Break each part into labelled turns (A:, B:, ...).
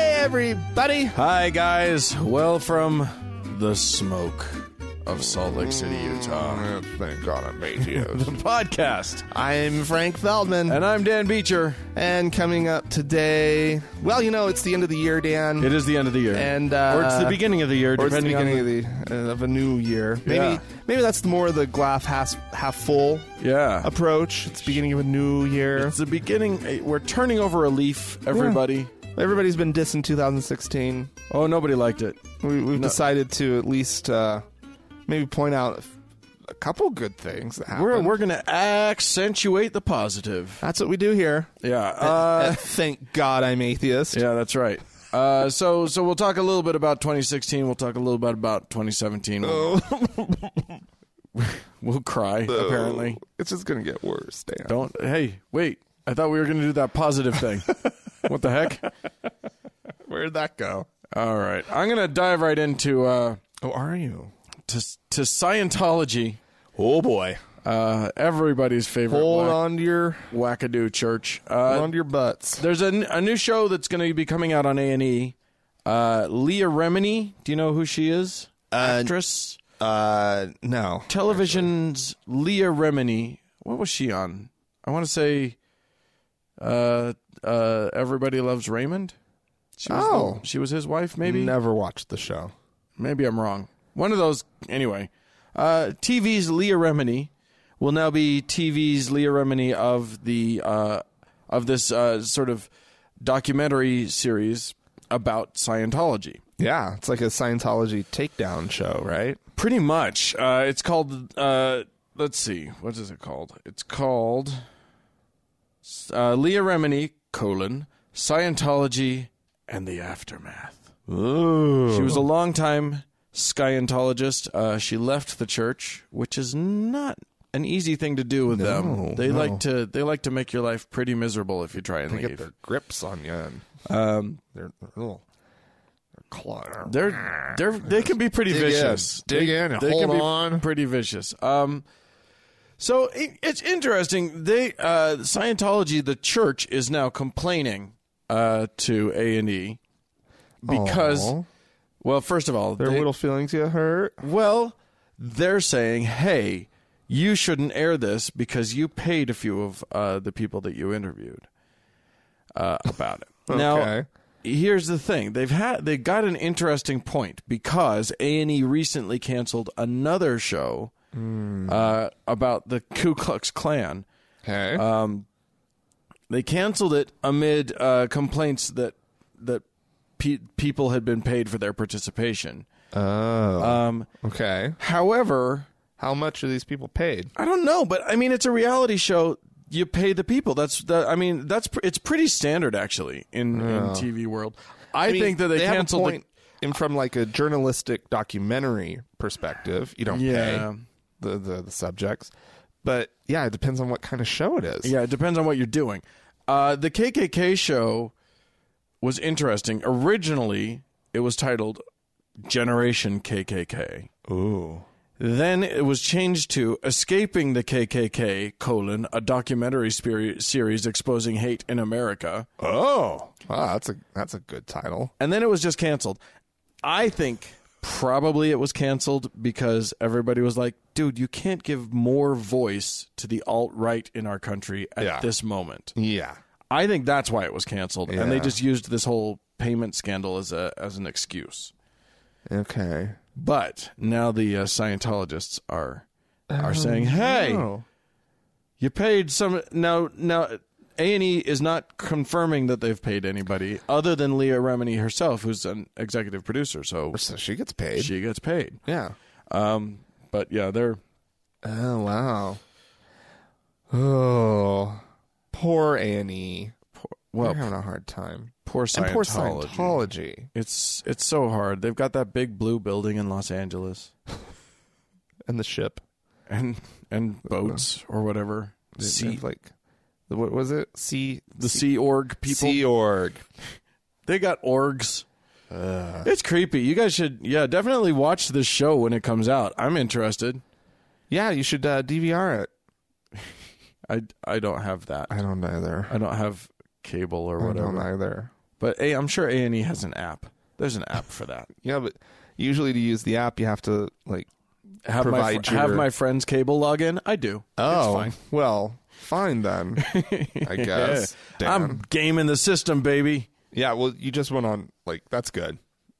A: everybody.
B: Hi, guys. Well, from the smoke of Salt Lake City,
A: Mm.
B: Utah,
A: Thank God I'm ATOs.
B: the podcast.
A: I'm Frank Feldman.
B: And I'm Dan Beecher.
A: And coming up today, well, you know, it's the end of the year, Dan.
B: It is the end of the year.
A: And, uh,
B: or it's the beginning of the year,
A: or it's the
B: depending
A: beginning
B: on.
A: of, the, uh, of a new year. Maybe
B: Yeah.
A: maybe that's more the glass half, half full
B: yeah.
A: approach. It's the beginning of a new year.
B: It's the beginning. eh, We're turning over a leaf, everybody.
A: Everybody's been dissing 2016.
B: Oh, nobody liked it.
A: We, we've decided to at least uh, maybe point out a f- a couple good things that happened.
B: We're, we're going to accentuate the positive.
A: that's what we do here.
B: Yeah. Uh,
A: Uh, thank God I'm atheist.
B: yeah, that's right. Uh, so, so we'll talk a little bit about 2016. We'll talk a little bit about 2017.
A: Oh.
B: We'll, we'll cry, apparently.
A: It's just gonna get worse, Dan.
B: Don't. Hey, wait. I thought we were going to do that positive thing. what the heck?
A: Where'd that go?
B: All right. I'm going to dive right into uh,
A: Oh, are you?
B: to, to Scientology,
A: Oh boy.
B: uh, everybody's favorite
A: Hold
B: whack,
A: on to your
B: wackadoo church.
A: hold
B: Uh,
A: on to your butts.
B: there's a, n- a new show that's going to be coming out on A&E. Uh, Leah Remini. Do you know who she is? Actress.
A: Uh, no.
B: Television's Leah Remini. What was she on? I want to say uh, uh, Everybody Loves Raymond. She was the-
A: Oh.
B: she was his wife, maybe?
A: Never watched the show.
B: Maybe I'm wrong. One of those, anyway. Uh, TV's Leah Remini will now be TV's Leah Remini of the uh, of this uh, sort of documentary series about Scientology.
A: Yeah, it's like a Scientology takedown show, right?
B: Pretty much. Uh, it's called. Uh, let's see. What is it called? It's called uh, Leah Remini: colon Scientology and the Aftermath.
A: Ooh.
B: She was a longtime Scientologist. Uh, she left the church, which is not an easy thing to do with them. They like to they like to make your life pretty miserable if you try and
A: Get
B: leave.
A: their grips on you. And
B: Um,
A: they're, they're little. They're claw.
B: they're they're they can be pretty
A: Dig in.
B: vicious.
A: Dig
B: They-
A: in and
B: they can
A: hold
B: be
A: on.
B: Pretty vicious. Um, so it, it's interesting. They uh, Scientology, the church, is now complaining uh, to A and E because.
A: Aw.
B: Well, first of all,
A: Their
B: they-
A: little feelings get hurt.
B: Well, they're saying, hey, you shouldn't air this because you paid a few of uh, the people that you interviewed uh, about it. Now,
A: Okay.
B: here's the thing: they've had they got an interesting point because A and E recently canceled another show
A: Hmm.
B: uh, about the Ku Klux Klan.
A: Hey.
B: They canceled it amid uh, complaints that that pe- people had been paid for their participation.
A: oh.
B: Um,
A: okay.
B: however,
A: How much are these people paid?
B: I don't know, but I mean, it's a reality show. You pay the people. That's the. I mean, that's pr- it's pretty standard actually in, in TV world. I,
A: mean,
B: think that they,
A: have a
B: canceled.
A: point in from like a journalistic documentary perspective. You don't
B: the, yeah,
A: pay the, the the subjects, but yeah, it depends on what kind of show it is.
B: yeah. It depends on what you're doing. Uh, the KKK show was interesting. Originally, it was titled Generation KKK.
A: Ooh.
B: Then it was changed to Escaping the KKK: colon a documentary spiri- series exposing hate in America.
A: Oh. Wow, that's a that's a good title.
B: and then it was just canceled. I think probably it was canceled because everybody was like, dude, you can't give more voice to the alt right in our country at
A: Yeah.
B: this moment.
A: Yeah.
B: I think that's why it was canceled, and they just used this whole payment scandal as a as an excuse.
A: Okay.
B: But now the uh, Scientologists are are saying, hey.
A: Oh.
B: You paid some now now A and E is not confirming that they've paid anybody other than Leah Remini herself, who's an executive producer, so
A: So she gets paid.
B: she gets paid.
A: yeah.
B: Um, but yeah, they're
A: Oh wow. Oh. Poor Annie.
B: well,
A: They're having a hard time.
B: poor Scientology.
A: And poor Scientology.
B: It's it's so hard. They've got that big blue building in Los Angeles,
A: And the ship.
B: and and boats or whatever.
A: Uh-huh. They-
B: Sea,
A: they've, like the- what was it? Sea
B: the Sea Org people.
A: Sea org.
B: They got orgs.
A: Uh.
B: It's creepy. You guys should, yeah, definitely watch this show when it comes out. I'm interested.
A: Yeah, you should uh, DVR it.
B: I I don't have that.
A: I don't either.
B: I don't have cable or
A: I don't
B: whatever.
A: either.
B: But A, I'm sure A and E has an app. There's an app for that.
A: Yeah, but usually to use the app, you have to like.
B: Have my
A: Provide
B: fr- have
A: your-
B: my friend's cable login. I do.
A: Oh,
B: it's fine.
A: well, fine then. I guess.
B: Yeah.
A: Damn.
B: I'm gaming the system, baby.
A: yeah. Well, you just went on like that's good.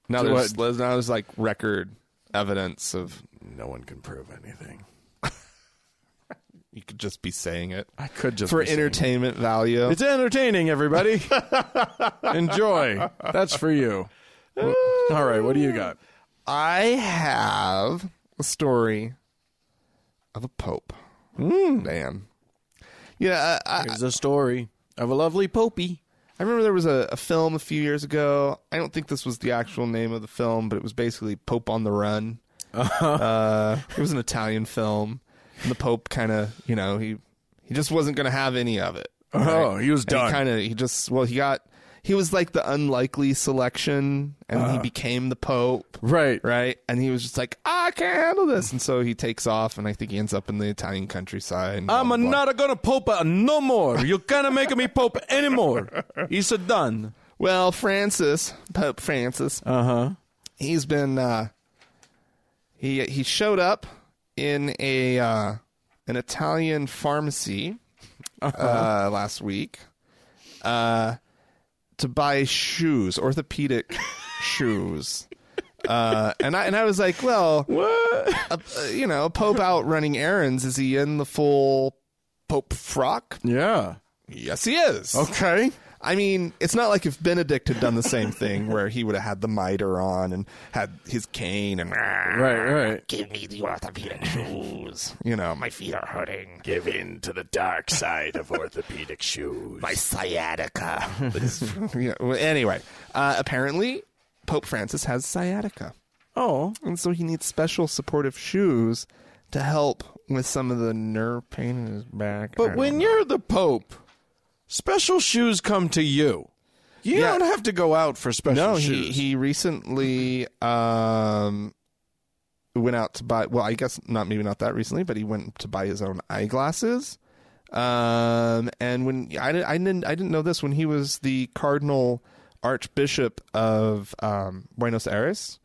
A: Now
B: So
A: there's now there's like record evidence of
B: No one can prove anything.
A: you could just be saying it
B: I could just
A: for
B: be saying-
A: entertainment value.
B: It's entertaining, everybody. Enjoy. That's for you. All right, what do you got?
A: I have a story of a pope. Hmm. Man. Yeah, I, I,
B: Here's a story of a lovely popey.
A: I remember there was a, a film a few years ago. I don't think this was the actual name of the film, but it was basically Pope on the Run.
B: Uh-huh.
A: Uh, it was an Italian film, and the Pope kind of, you know, he he just wasn't going to have any of it.
B: Oh, he was
A: And
B: done.
A: He kind of he just well he got he was like the unlikely selection, and
B: Uh-huh.
A: he became the Pope.
B: right.
A: Right, and he was just like, I can't handle this, and so he takes off, and I think he ends up in the Italian countryside. and blah,
B: I'm
A: blah, blah.
B: not gonna pope uh, no more. You can't make me pope anymore. He's a done.
A: Well, Francis, Pope Francis,
B: Uh huh.
A: he's been uh he he showed up in a uh an Italian pharmacy uh last week uh to buy shoes, orthopedic shoes. Uh, and I and I was like, well,
B: What?
A: a, you know, Pope out running errands. Is he in the full Pope frock?
B: Yeah.
A: Yes, he is.
B: Okay.
A: I mean, it's not like if Benedict had done the same thing where he would have had the mitre on and had his cane and
B: Right. Right.
C: Give me the orthopedic shoes.
A: you know, my
C: My feet are hurting.
D: Give in to the dark side of orthopedic shoes.
C: My sciatica.
A: yeah, well, anyway, uh, apparently Pope Francis has sciatica,
B: Oh.
A: and so he needs special supportive shoes to help with some of the nerve pain in his back. I
B: But
A: don't
B: when
A: know.
B: you're the pope, special shoes come to you. You
A: Yeah.
B: don't have to go out for special
A: no,
B: shoes.
A: he he recently um went out to buy. Well, I guess not. Maybe not that recently, but he went to buy his own eyeglasses. Um, and when I, di- I didn't I didn't know this when he was the cardinal archbishop of um, Buenos Aires,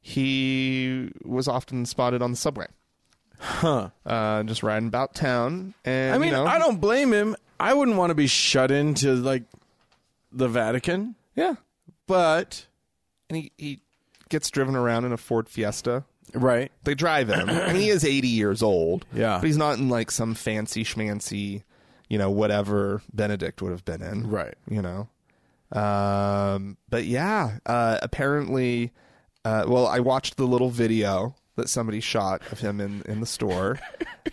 A: he was often spotted on the subway. Huh. Uh, just riding about town, and
B: I mean,
A: you know,
B: I don't blame him. I wouldn't want to be shut into like the Vatican,
A: Yeah,
B: but
A: and he he gets driven around in a Ford Fiesta.
B: right.
A: They drive him. I mean, he is 80 years old.
B: Yeah.
A: But he's not in like some fancy schmancy, you know, whatever Benedict would have been in.
B: Right.
A: You know? Um, but yeah, uh, apparently, uh, well, I watched the little video that somebody shot of him in, in the store.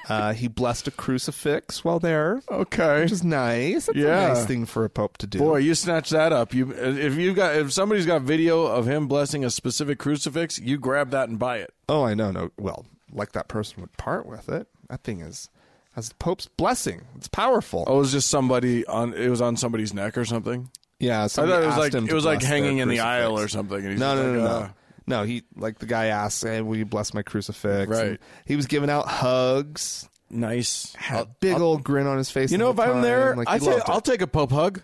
A: uh, he blessed a crucifix while there,
B: Okay.
A: which is nice. That's
B: Yeah.
A: a nice thing for a pope to do.
B: Boy, you snatch that up. You if you have got if somebody's got video of him blessing a specific crucifix, you grab that and buy it.
A: Oh, I know. No, well, like that person would part with it. That thing is, has the pope's blessing. It's powerful.
B: Oh, it was just somebody on it was on somebody's neck or something.
A: Yeah,
B: I thought
A: somebody
B: it was
A: asked
B: like
A: him
B: it
A: to
B: was like
A: bless
B: hanging
A: their
B: in the
A: crucifix.
B: aisle or something. And he's
A: No,
B: just
A: no, no,
B: like,
A: no.
B: uh,
A: no, he like the guy asked, "Hey, will you bless my crucifix?"
B: Right.
A: And he was giving out hugs,
B: nice.
A: had a big old grin on his face.
B: You know, if I'm there,
A: like, he
B: I
A: loved
B: take,
A: it.
B: I'll take a pope hug.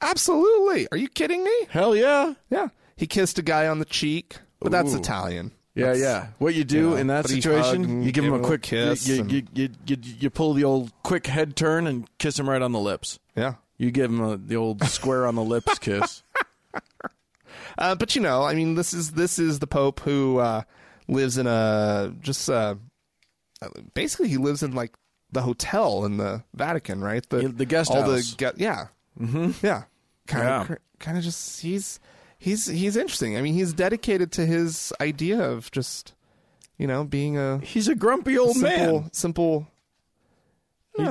A: absolutely. Are you kidding me?
B: Hell yeah,
A: Yeah, he kissed a guy on the cheek, but that's
B: Ooh.
A: Italian.
B: yeah,
A: That's-
B: yeah. What you do
A: know,
B: in that
A: but he hugged
B: situation?
A: and
B: You give him a quick
A: kiss
B: You,
A: and-
B: you, you, you, you, you pull the old quick head turn and kiss him right on the lips.
A: yeah.
B: You give him a, the old square on the lips kiss.
A: Uh, but you know, I mean, this is this is the Pope who uh, lives in a just uh, basically he lives in like the hotel in the Vatican, right?
B: Yeah, the guest
A: all
B: house.
A: the gu- yeah, mm-hmm. yeah, kind
B: Yeah.
A: of kind of just he's he's he's interesting. I mean, he's dedicated to his idea of just you know being a
B: He's a grumpy old
A: simple
B: man.
A: simple.
B: He-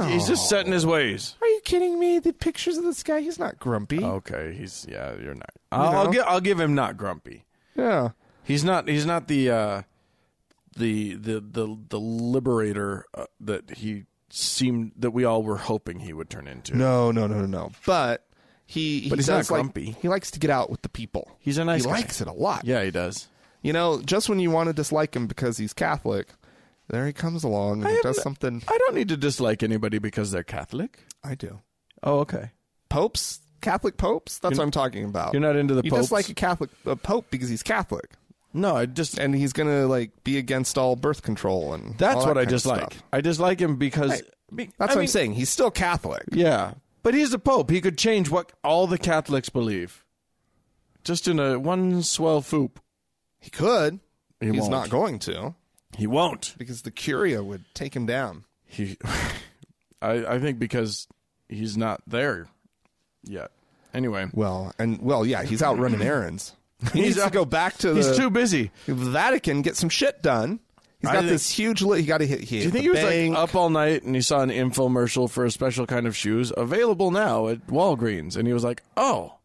B: He's just set in his ways.
A: Are you kidding me? The pictures of this guy, he's not grumpy.
B: Okay, he's yeah. You're not. I'll, I'll
A: know?
B: give I'll give him not grumpy.
A: Yeah.
B: He's not. He's not the uh, the the the the liberator uh, that he seemed that we all were hoping he would turn into.
A: No, no, no, no, no. But he, he
B: But he's not
A: does like-
B: grumpy.
A: he likes to get out with the people.
B: He's a nice
A: he
B: guy.
A: likes it a lot.
B: Yeah, he does.
A: You know, just when you want to dislike him because he's Catholic, there he comes along and he does
B: haven't-
A: something.
B: I don't need to dislike anybody because they're Catholic.
A: I do.
B: Oh, okay.
A: Popes Catholic popes? That's what I'm talking about.
B: You're not into the
A: you
B: popes.
A: dislike a Catholic a pope because he's Catholic,
B: no, I just
A: and he's gonna like be against all birth control and
B: that's
A: all that
B: what I
A: kind of
B: dislike.
A: stuff.
B: I dislike him because
A: Hey,
B: be-
A: That's
B: I
A: what I'm
B: mean,
A: saying. He's still Catholic.
B: Yeah, but he's the pope. He could change what all the Catholics believe, just in a one swell foop.
A: He could.
B: He
A: he's
B: won't.
A: not going to
B: He won't.
A: because the Curia would take him down.
B: He, I, I think because he's not there yet. Anyway,
A: Well, and well, yeah, he's out running errands. He needs to
B: out-
A: go back to
B: he's
A: the
B: too busy.
A: Vatican, get some shit done. He's
B: I
A: got
B: think-
A: this huge. Li- he got to hit. He
B: Do you think he was like up all night and he saw an infomercial for a special kind of shoes available now at Walgreens, and he was like, "Oh,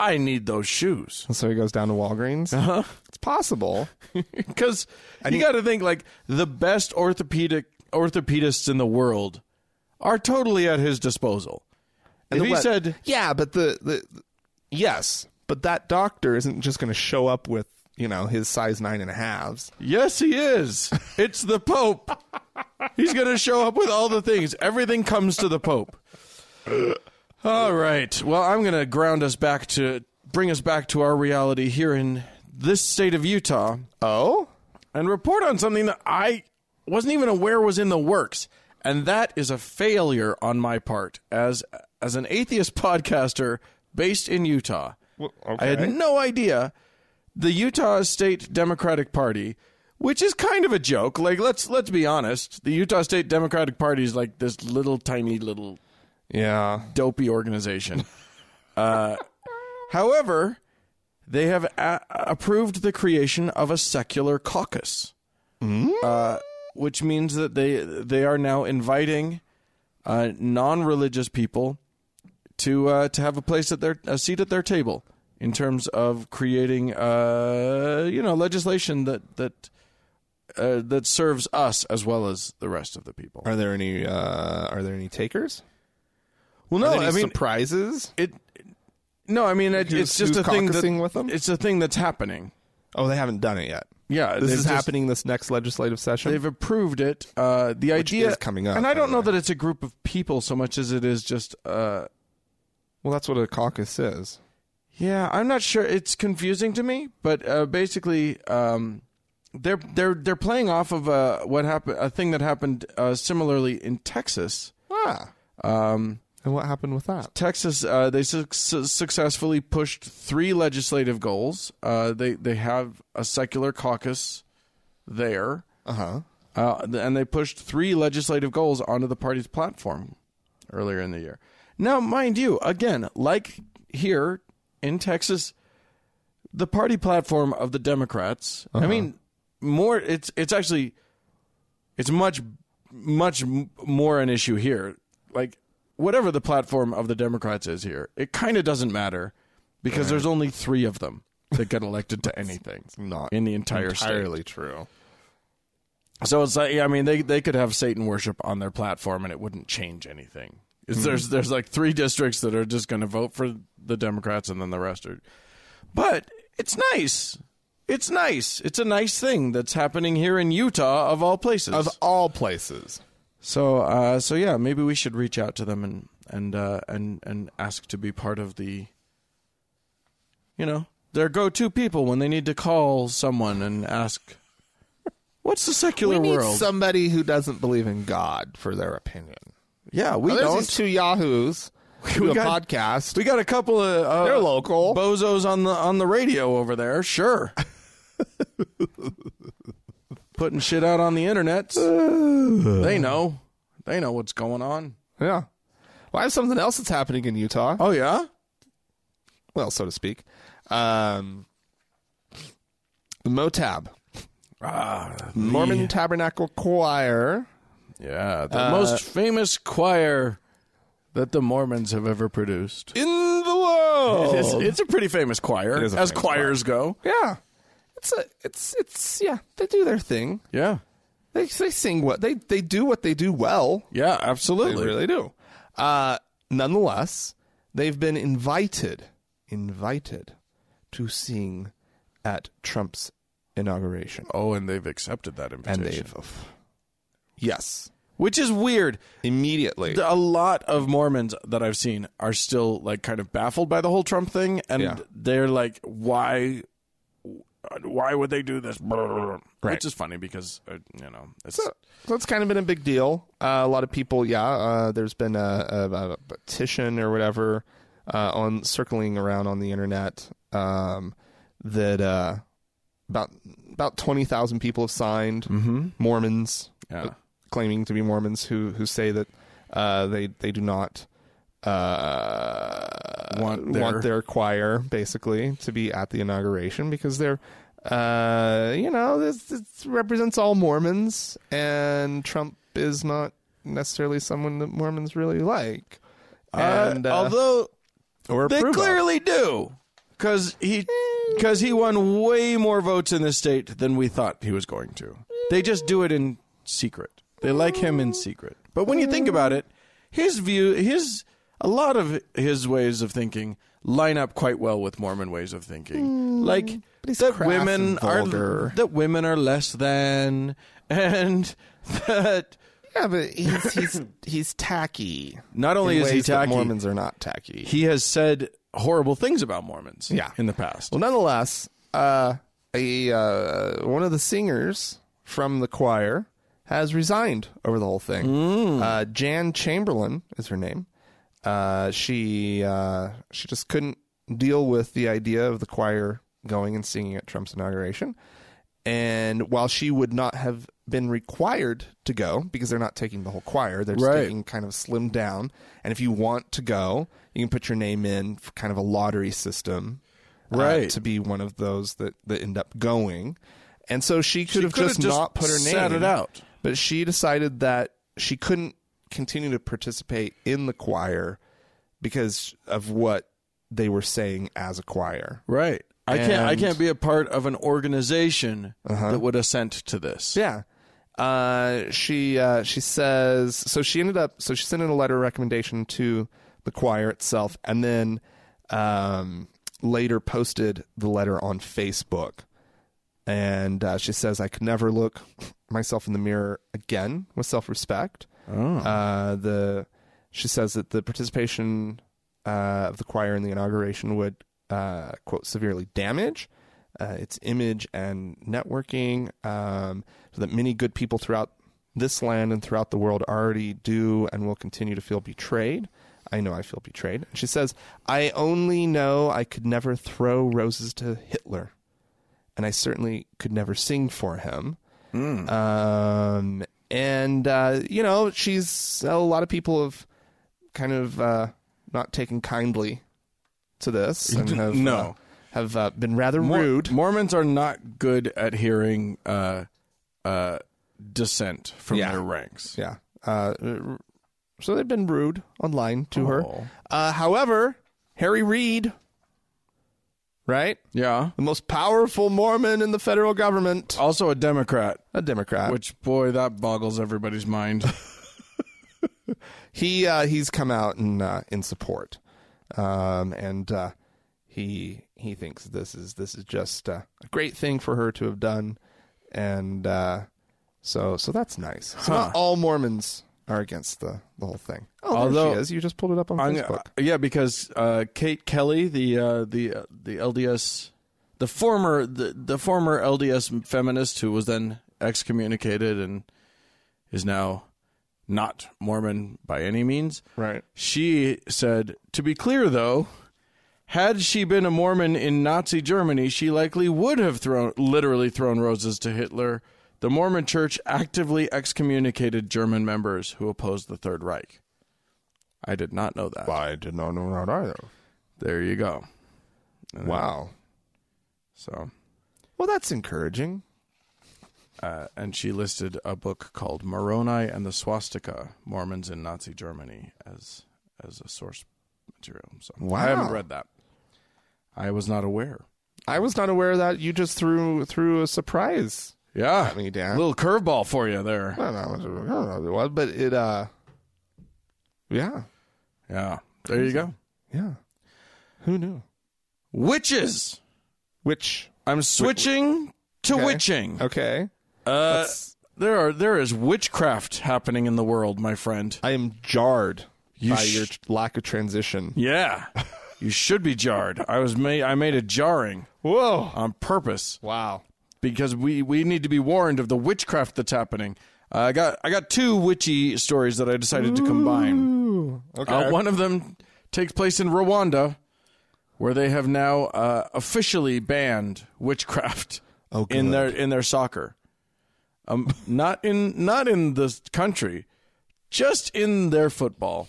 B: I need those shoes."
A: Oh, So he goes down to Walgreens.
B: Uh-huh.
A: It's possible.
B: Because you got to think like the best orthopedic orthopedists in the world are totally at his disposal. And if
A: The
B: he
A: what-
B: said,
A: "Yeah, but the the yes, but that doctor isn't just going to show up with you know his size nine and a halves."
B: "Yes, he is. It's the Pope. He's going to show up with all the things. Everything comes to the Pope." All right. Well, I'm going to ground us back to bring us back to our reality here in this state of Utah.
A: Oh,
B: and report on something that I wasn't even aware was in the works. And that is a failure on my part as as an atheist podcaster based in Utah. I had no idea the Utah State Democratic Party, which is kind of a joke. Like let's let's be honest, the Utah State Democratic Party is like this little tiny little
A: yeah.
B: dopey organization. uh, however, they have a- approved the creation of a secular caucus, uh, which means that they they are now inviting uh, non-religious people to uh, to have a place at their a seat at their table in terms of creating uh, you know legislation that that. Uh, that serves us as well as the rest of the people.
A: Are there any uh, are there any takers?
B: Well, no,
A: Are there
B: I
A: any
B: mean,
A: surprises.
B: it no i mean it,
A: Who's-
B: it's just
A: who's
B: a thing that,
A: caucusing with them?
B: it's a thing that's happening
A: Oh, they haven't done it yet.
B: yeah
A: This
B: they've
A: is
B: just-
A: happening this next legislative session.
B: they've approved it uh the idea
A: is coming up,
B: and i
A: by
B: don't
A: the
B: know
A: way.
B: that it's a group of people so much as it is just uh
A: Well, that's what a caucus is.
B: yeah i'm not sure it's confusing to me but uh basically um they're they're they're playing off of uh what happened a thing that happened uh similarly in texas
A: Ah,
B: um
A: and what happened with that?
B: Texas, uh, they su- su- successfully pushed three legislative goals. Uh, they they have a secular caucus there,
A: Uh huh.
B: uh, th- and they pushed three legislative goals onto the party's platform earlier in the year. Now, mind you, again, like here in Texas, the party platform of the Democrats. I mean, more it's it's actually it's much much m- more an issue here. Like whatever the platform of the Democrats is here, it kind of doesn't matter because there's only three of them that get elected to anything
A: Not
B: in the entire state.
A: entirely true.
B: So it's like I mean they they could have Satan worship on their platform and it wouldn't change anything. It's, There's there's like three districts that are just going to vote for the Democrats and then the rest are. But it's nice. It's nice. It's a nice thing that's happening here in Utah of all places.
A: Of all places,
B: so uh, so yeah, maybe we should reach out to them and and uh, and and ask to be part of the. You know, their go-to people when they need to call someone and ask. What's the secular world?
A: somebody who doesn't believe in God for their opinion.
B: yeah, we
A: Well, Oh, there's
B: don't.
A: these two yahoos
B: We
A: do a
B: got-
A: podcast.
B: We got a couple of uh,
A: They're local.
B: bozos on the on the radio over there. Sure, putting shit out on the internet. they know. They know what's going on.
A: yeah. Well, I have something else that's happening in Utah.
B: Oh yeah.
A: Well, so to speak. Um, the Motab,
B: Ah,
A: Mormon Tabernacle Choir. Uh,
B: yeah. The most famous choir that the Mormons have ever produced.
A: In the world.
B: It's, it's a pretty famous choir,
A: is a
B: as
A: famous
B: choirs go.
A: Yeah. It's a, it's, it's, yeah, they do their thing.
B: Yeah,
A: They, they sing what, they, they do what they do well.
B: yeah,
A: They
B: absolutely.
A: really do. Uh, nonetheless, they've been invited, invited to sing at Trump's inauguration.
B: Oh, and they've accepted that
A: And
B: invitation.
A: they've. Yes.
B: which is weird.
A: immediately.
B: A lot of Mormons that I've seen are still like kind of baffled by the whole Trump thing, and
A: Yeah.
B: they're like, "Why? Why would they do this?"
A: Right.
B: Which is funny because uh, you know it's
A: So, so it's kind of been a big deal. Uh, a lot of people, yeah. Uh, there's been a, a, a petition or whatever uh, on circling around on the internet um, that uh, about about twenty thousand people have signed. Mormons
B: mm-hmm. Yeah.
A: uh, claiming to be Mormons who who say that uh, they they do not uh,
B: Want their-
A: choir basically to be at the inauguration because they're uh, you know this, this represents all Mormons and Trump is not necessarily someone that Mormons really like. And, uh,
B: although
A: or
B: they
A: approve of. Eh.
B: clearly do, because he because he won way more votes in this state than we thought he was going to. They just do it in secret. They like him in secret. But when you think about it, his view, his a lot of his ways of thinking line up quite well with Mormon ways of thinking. Like
A: Hmm, he's
B: that
A: crass
B: women
A: and vulgar.
B: are that women are less than, and that
A: yeah, but he's he's he's tacky.
B: not only
A: in
B: is he
A: ways that
B: tacky,
A: Mormons are not tacky.
B: he has said horrible things about Mormons.
A: Yeah.
B: in the past.
A: Well, nonetheless, uh, a uh, one of the singers from the choir has resigned over the whole thing.
B: Mm.
A: Uh, Jan Chamberlain is her name. Uh, she uh, she just couldn't deal with the idea of the choir going and singing at Trump's inauguration. And while she would not have been required to go because they're not taking the whole choir, they're just
B: Right.
A: taking kind of slimmed down. And if you want to go, you can put your name in for kind of a lottery system uh,
B: Right.
A: to be one of those that, that end up going. And so she could have
B: could've
A: just,
B: just
A: not put her name.
B: sat it out.
A: But she decided that she couldn't continue to participate in the choir because of what they were saying as a choir.
B: Right. I can't. I
A: And- Uh-huh.
B: can't be a part of an organization that would assent to this.
A: Yeah. Uh, she uh, she says so. She ended up so she sent in a letter of recommendation to the choir itself, and then um, later posted the letter on Facebook. And uh, she says, "I could never look myself in the mirror again with self-respect." Uh, the she says that the participation uh, of the choir in the inauguration would uh, quote severely damage uh, its image and networking, um, so that many good people throughout this land and throughout the world already do and will continue to feel betrayed. I know I feel betrayed. She says, "I only know I could never throw roses to Hitler." and I certainly could never sing for him.
B: Hmm.
A: Um, and uh, you know, she's a lot of people have kind of uh, not taken kindly to this, and have
B: no.
A: uh, have uh, been rather
B: Mor-
A: rude.
B: Mormons are not good at hearing uh, uh, dissent from
A: Yeah.
B: their ranks.
A: Yeah. Uh, so they've been rude online to her.
B: Oh.
A: Uh, however, Harry Reid, right,
B: Yeah.
A: the most powerful Mormon in the federal government,
B: Also a Democrat,
A: a Democrat,
B: which boy that boggles everybody's mind.
A: he uh, he's come out in uh, in support, um, and uh, he he thinks this is this is just uh, a great thing for her to have done, and uh, so so that's nice. So not all Mormons are against the the whole thing. Oh,
B: Although-
A: there she is. You just pulled it up on
B: I'm-
A: Facebook.
B: yeah, because uh, Kate Kelly, the uh, the uh, the LDS, the former the, the former LDS feminist who was then excommunicated and is now not Mormon by any means.
A: right.
B: She said, "To be clear, though." Had she been a Mormon in Nazi Germany, she likely would have thrown literally thrown roses to Hitler. The Mormon Church actively excommunicated German members who opposed the Third Reich. I did not know that.
A: I did not know that either.
B: There you go.
A: Wow.
B: So,
A: Well, that's encouraging.
B: uh, and she listed a book called Moroni and the Swastika: Mormons in Nazi Germany as as a source material. So, I haven't
A: Wow.
B: read that. I was not aware.
A: I was not aware of that. You just threw threw a surprise
B: Yeah,
A: at me, Dan.
B: little curveball for you there.
A: I don't know, I don't know what it was, but it uh, yeah.
B: Yeah, there you go.
A: Yeah. Who knew?
B: Witches.
A: Which
B: I'm switching to
A: Okay.
B: witching.
A: okay.
B: Uh,
A: That's-
B: There are there is witchcraft happening in the world, my friend.
A: I am jarred by
B: sh-
A: your t- lack of transition.
B: Yeah. you should be jarred. I was made I made a jarring
A: Whoa!
B: on purpose
A: Wow.
B: because we we need to be warned of the witchcraft that's happening. Uh, I got I got two witchy stories that I decided to combine.
A: Okay.
B: Uh, one of them takes place in Rwanda, where they have now uh, officially banned witchcraft
A: Oh,
B: in their in their soccer. Um, not in not in the country, just in their football.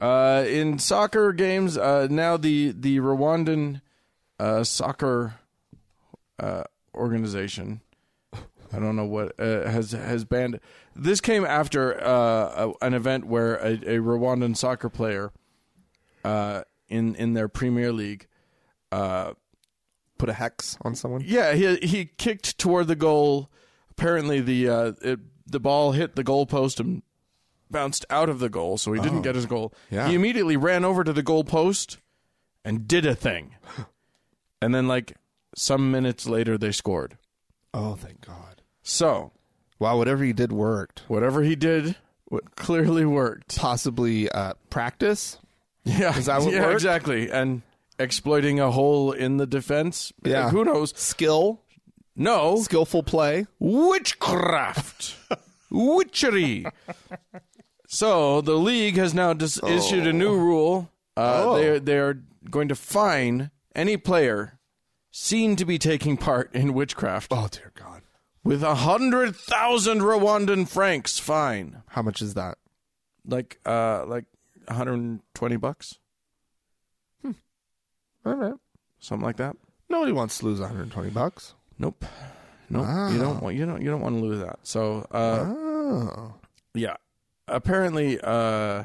B: Uh, in soccer games, uh, now the the Rwandan uh, soccer uh, organization. I don't know what uh, has has banned. This came after uh, a, an event where a, a Rwandan soccer player uh, in in their Premier League
A: Put a hex on someone.
B: yeah, he he kicked toward the goal. Apparently, the uh, it, the ball hit the goalpost and bounced out of the goal, so he didn't get his goal.
A: Oh. Yeah.
B: He immediately ran over to the goalpost and did a thing, and then like some minutes later, they scored.
A: Oh, thank God.
B: So
A: Wow, whatever he did worked.
B: whatever he did, what clearly worked.
A: Possibly uh, practice.
B: Yeah,
A: that what
B: yeah,
A: worked?
B: exactly, and. Exploiting a hole in the defense?
A: Yeah.
B: Who knows?
A: Skill.
B: No.
A: Skillful play.
B: witchcraft, witchery. So the league has now dis- issued a new rule. Uh,
A: Oh.
B: They they are going to fine any player seen to be taking part in witchcraft
A: Oh, dear God.
B: with a hundred thousand Rwandan francs fine,
A: How much is that?
B: like uh like one hundred and twenty bucks,
A: All right.
B: something like that.
A: Nobody wants to lose 120 bucks.
B: Nope. Nope, you don't want you don't you don't want to lose that. So uh,
A: Oh.
B: Yeah. Apparently, uh,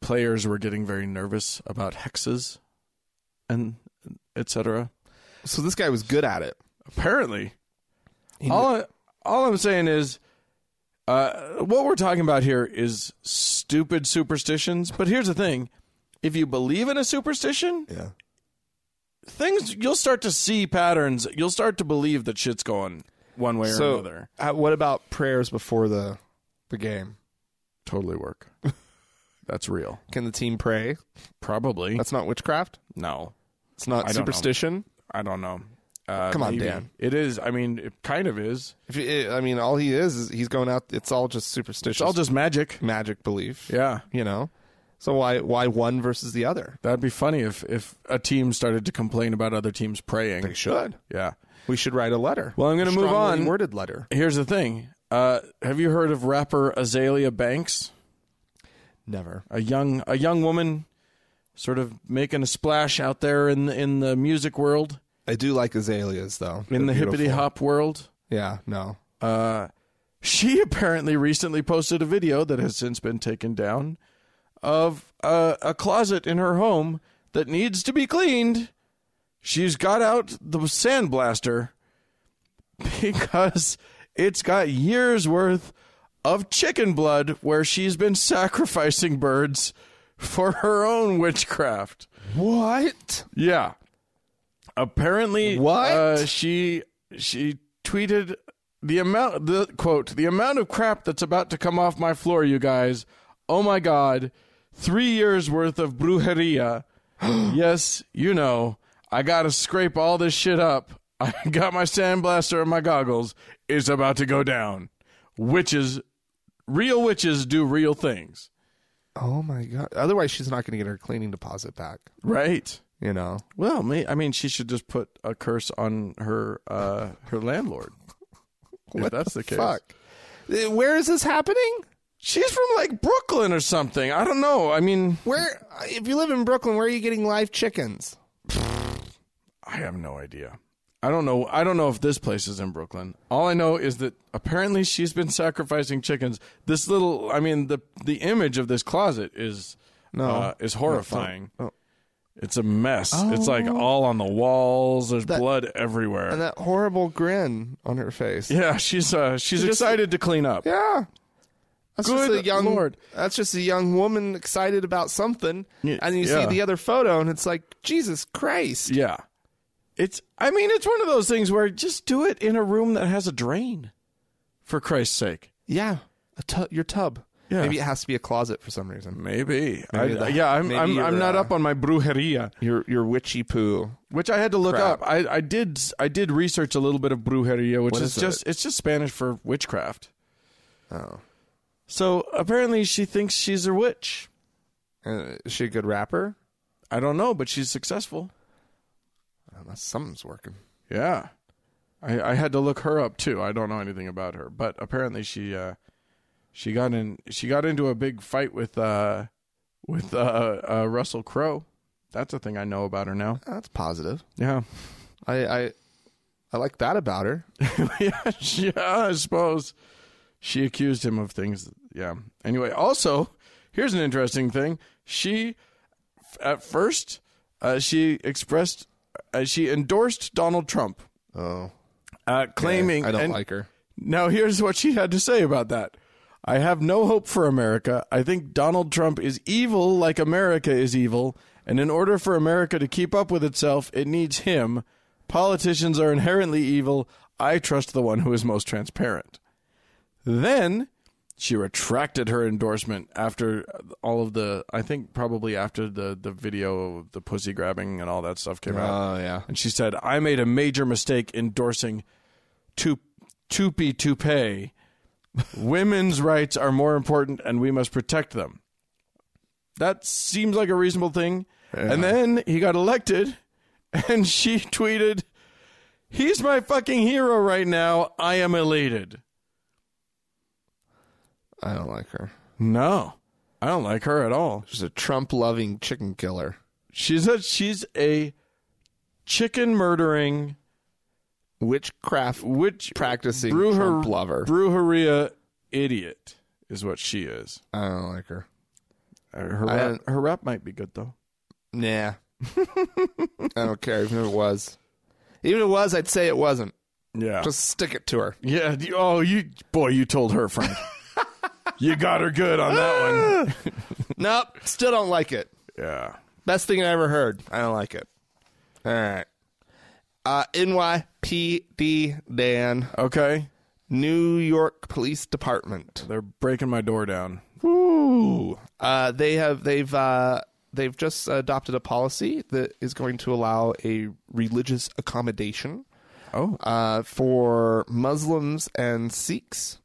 B: players were getting very nervous about hexes and etc.
A: So this guy was good at it.
B: Apparently, all I, all I'm saying is, uh, what we're talking about here is stupid superstitions. But here's the thing: if you believe in a superstition,
A: Yeah.
B: things you'll start to see patterns. You'll start to believe that shit's going one way or
A: So,
B: another.
A: uh, what about prayers before the the game?
B: Totally work. That's real.
A: Can the team pray?
B: Probably
A: That's not witchcraft.
B: no.
A: It's not
B: I don't know.
A: superstition.
B: I don't know. Uh,
A: Come on,
B: maybe.
A: Dan.
B: It is. I mean, it kind of is.
A: If you, I mean, all he is is he's going out. It's all just superstitious.
B: It's all just magic.
A: magic belief.
B: Yeah,
A: You know. So why why one versus the other?
B: that'd be funny if if a team started to complain about other teams praying.
A: They should.
B: Yeah.
A: We should write a letter.
B: Well, I'm
A: A
B: gonna move
A: strongly
B: on.
A: Worded letter.
B: Here's the thing. Uh, have you heard of rapper Azalea Banks?
A: Never.
B: A young a young woman, sort of making a splash out there in the, in the music world,
A: I do like azaleas though.
B: in the
A: They're
B: hippity
A: beautiful.
B: hop world.
A: Yeah. No.
B: Uh, she apparently recently posted a video that has since been taken down of uh, a closet in her home that needs to be cleaned. She's got out the sandblaster because it's got years worth of chicken blood where she's been sacrificing birds for her own witchcraft.
A: What?
B: Yeah. Apparently,
A: What?
B: Uh, she she tweeted the amount the quote the amount of crap that's about to come off my floor, you guys. Oh my god, three years worth of brujeria. yes, you know I gotta scrape all this shit up. I got my sandblaster and my goggles. It's about to go down. Witches, real witches do real things,
A: Oh my god. Otherwise, she's not going to get her cleaning deposit back.
B: right?
A: You know.
B: Well, may, I mean, she should just put a curse on her uh, her landlord. if that's the, case,
A: Fuck. Uh, Where is this happening?
B: she's from like Brooklyn or something. I don't know. I mean,
A: Where? If you live in Brooklyn, where are you getting live chickens?
B: I have no idea. I don't know. I don't know if this place is in Brooklyn. All I know is that apparently she's been sacrificing chickens. This little, I mean, the the image of this closet is
A: No.
B: uh, is horrifying.
A: oh.
B: It's a mess. It's like all on the walls. There's
A: That-
B: blood everywhere.
A: and that horrible grin on her face.
B: yeah, she's uh, she's excited to clean up.
A: Yeah. That's just
B: Good
A: a young
B: Lord.
A: That's just a young woman excited about something,
B: Yeah,
A: and you
B: yeah.
A: see the other photo, and it's like Jesus Christ.
B: Yeah. It's I mean, it's one of those things where just do it in a room that has a drain. for Christ's sake.
A: Yeah, a tu- your tub.
B: Yeah.
A: Maybe it has to be a closet for some reason.
B: Maybe.
A: Maybe
B: I,
A: the-
B: yeah, I'm
A: maybe
B: I'm, I'm
A: your,
B: not
A: uh,
B: up on my brujeria,
A: Your your witchy poo.
B: which I had to look
A: Crap.
B: up. I, I did I did research a little bit of brujeria, which
A: What
B: is
A: is
B: just it's just Spanish for witchcraft.
A: Oh,
B: So apparently she thinks she's a witch.
A: uh, is she a good rapper?
B: I don't know, but she's successful.
A: Unless Uh, something's working.
B: Yeah. I, I had to look her up too. I don't know anything about her, but apparently she uh, she got in she got into a big fight with uh, with uh, uh, Russell Crowe. That's a thing I know about her now.
A: That's positive.
B: Yeah,
A: I I, I like that about her.
B: yeah, she, yeah, I suppose she accused him of things. Yeah. Anyway, also here's an interesting thing. She f- at first uh, she expressed uh, she endorsed Donald Trump,
A: Oh,
B: uh, claiming
A: I don't
B: and-
A: like her.
B: Now, here's what she had to say about that. I have no hope for America. I think Donald Trump is evil like America is evil. And in order for America to keep up with itself, it needs him. Politicians are inherently evil. I trust the one who is most transparent. Then she retracted her endorsement after all of the, I think probably after the, the video of the pussy grabbing and all that stuff came out.
A: Oh yeah.
B: And she said, I made a major mistake endorsing tup- Tupi Toupee. Women's rights are more important and we must protect them. That seems like a reasonable thing. And then he got elected and she tweeted, He's my fucking hero right now. I am elated.
A: I don't like her.
B: No, I don't like her at all.
A: She's a Trump loving chicken killer.
B: She's a, she's a chicken murdering,
A: Witchcraft
B: witch
A: practicing
B: Brew her-
A: Trump lover.
B: Brujeria idiot is what she is.
A: I don't like her.
B: Uh, Her
A: I
B: rap,
A: don't-
B: her rap might be good though.
A: Nah. I don't care even if it was. Even if it was, I'd say it wasn't.
B: Yeah.
A: Just stick it to her.
B: yeah. you- Oh, you boy, you told her, Frank. you got her good on
A: Ah!
B: that one.
A: Nope. Still don't like it.
B: Yeah.
A: Best thing I ever heard. I don't like it. All right. Uh, NYPD Dan,
B: Okay.
A: New York Police Department.
B: They're breaking my door down.
A: Woo! Uh, they have they've uh, they've just adopted a policy that is going to allow a religious accommodation
B: Oh.
A: uh, for Muslims and Sikhs,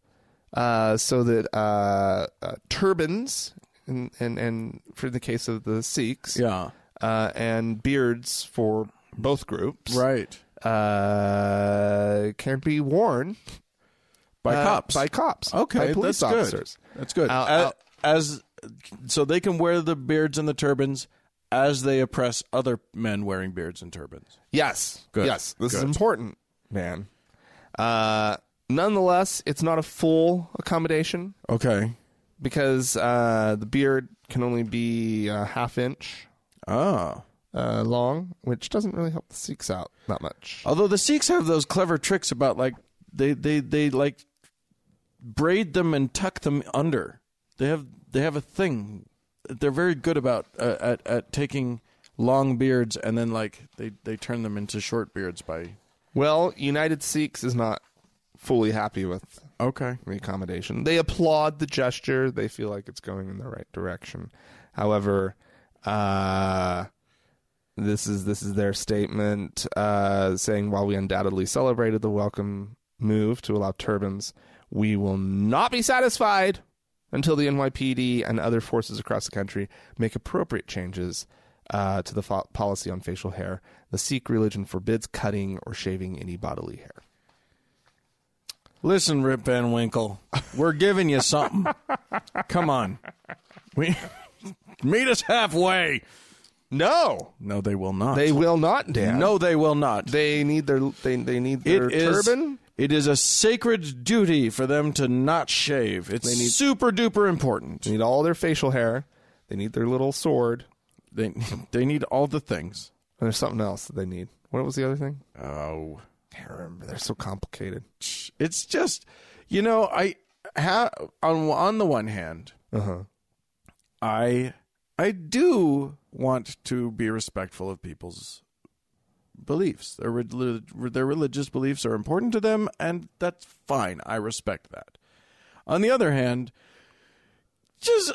A: uh, so that uh, uh, turbans and, and and for the case of the Sikhs,
B: Yeah.
A: uh, and beards for both groups,
B: Right.
A: uh, can be worn
B: By
A: uh,
B: cops.
A: by cops,
B: okay.
A: by police
B: that's
A: officers.
B: good. That's good.
A: I'll-
B: A-
A: I'll-
B: as so they can wear the beards and the turbans as they oppress other men wearing beards and turbans.
A: Yes.
B: Good.
A: Yes. This is
B: Good.
A: important, man. Uh, nonetheless, it's not a full accommodation
B: Okay.
A: because uh, the beard can only be a half inch
B: Oh.
A: uh, long, which doesn't really help the Sikhs out that much.
B: Although the Sikhs have those clever tricks about like they they they like braid them and tuck them under. They have they have a thing. They're very good about uh, at at taking long beards and then like they they turn them into short beards by
A: Well, United Sikhs is not fully happy with
B: Okay.
A: the accommodation. They applaud the gesture. They feel like it's going in the right direction. However, uh, this is this is their statement uh, saying while we undoubtedly celebrated the welcome move to allow turbans, we will not be satisfied until the NYPD and other forces across the country make appropriate changes uh, to the fo- policy on facial hair. The Sikh religion forbids cutting or shaving any bodily hair.
B: Listen, Rip Van Winkle, we're giving you something. Come on. We meet us halfway.
A: No,
B: No, they will not.
A: they will not, Dan.
B: No, they will not.
A: They need their they they need
B: It
A: their
B: is-
A: turban.
B: It is a sacred duty for them to not shave. It's super duper important.
A: They need all their facial hair. They need their little sword.
B: They they need all the things.
A: And there's something else that they need. What was the other thing?
B: Oh,
A: can't remember. They're so complicated.
B: it's just you know I ha- on on the one hand
A: Uh huh.
B: I I do want to be respectful of people's beliefs. Their, rel- their religious beliefs are important to them, and that's fine. I respect that. On the other hand, just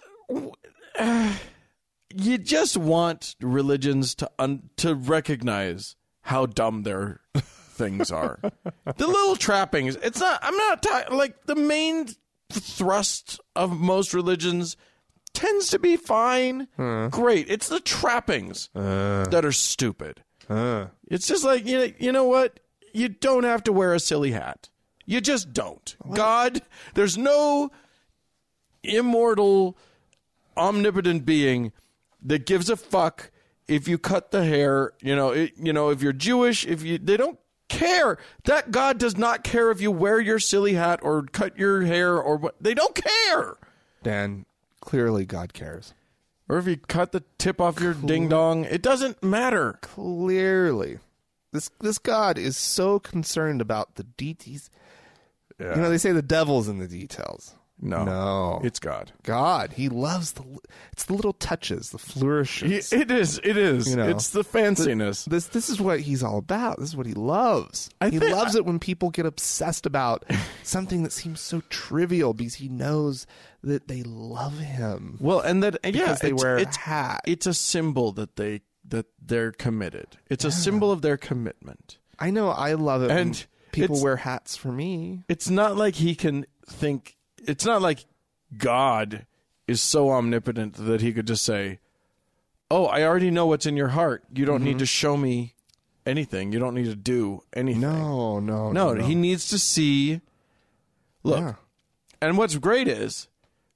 B: you just want religions to un- to recognize how dumb their things are. the little trappings. It's not. I'm not ta- like the main thrust of most religions tends to be fine, great. It's the trappings that are stupid. It's just like you know, you know what? You don't have to wear a silly hat. You just don't. God, there's no immortal omnipotent being that gives a fuck if you cut the hair, you know, it, you know if you're Jewish, if you they don't care. That God does not care if you wear your silly hat or cut your hair or what. They don't care.
A: Dan, clearly God cares.
B: Or if you cut the tip off your ding dong, it doesn't matter.
A: Clearly, this this God is so concerned about the details. You know, they say the devil's in the details.
B: No.
A: No,
B: It's God.
A: God. He loves the li- it's the little touches, the flourishes.
B: It is. It is.
A: You know.
B: it's the fanciness.
A: this this is what he's all about. This is what he loves. he
B: thi-
A: loves it when people get obsessed about something that seems so trivial because he knows that they love him.
B: well, and that and yeah,
A: Because they
B: it's,
A: wear a
B: it's,
A: hat.
B: It's a symbol that they that they're committed. It's a symbol of their commitment.
A: I know I love it
B: And
A: when people
B: it's-
A: wear hats for me.
B: it's not like he can think it's not like god is so omnipotent that he could just say oh i already know what's in your heart you don't
A: Mm-hmm.
B: need to show me anything you don't need to do anything
A: No, no,
B: no, he needs to see look
A: Yeah.
B: and what's great is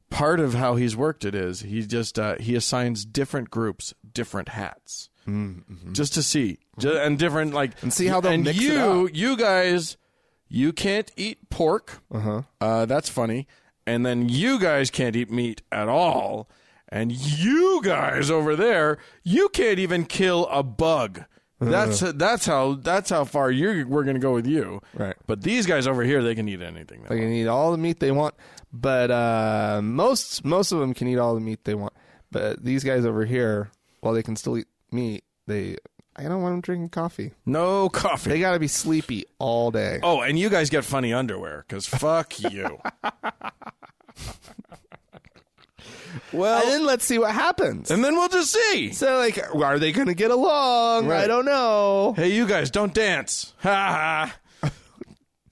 B: part of how he's worked it is he just uh, he assigns different groups different hats just to see Ju- and different like
A: Mm-hmm.
B: and
A: see how they'll
B: and
A: mix it
B: you you guys you can't eat pork uh-huh. that's funny and then you guys can't eat meat at all and you guys over there you can't even kill a bug that's that's how that's how far you we're gonna go with you
A: Right.
B: but these guys over here they can eat anything they
A: They can eat all the meat they want, but uh, most most of them can eat all the meat they want. But these guys over here, while they can still eat meat, they I don't want them drinking coffee.
B: No coffee.
A: They got to be sleepy all day.
B: oh, and you guys get funny underwear because fuck you. well,
A: And then let's see what happens.
B: and then we'll just see.
A: So like, are they going to get along? I
B: Right.
A: don't know.
B: Hey, you guys, don't dance. Ha ha.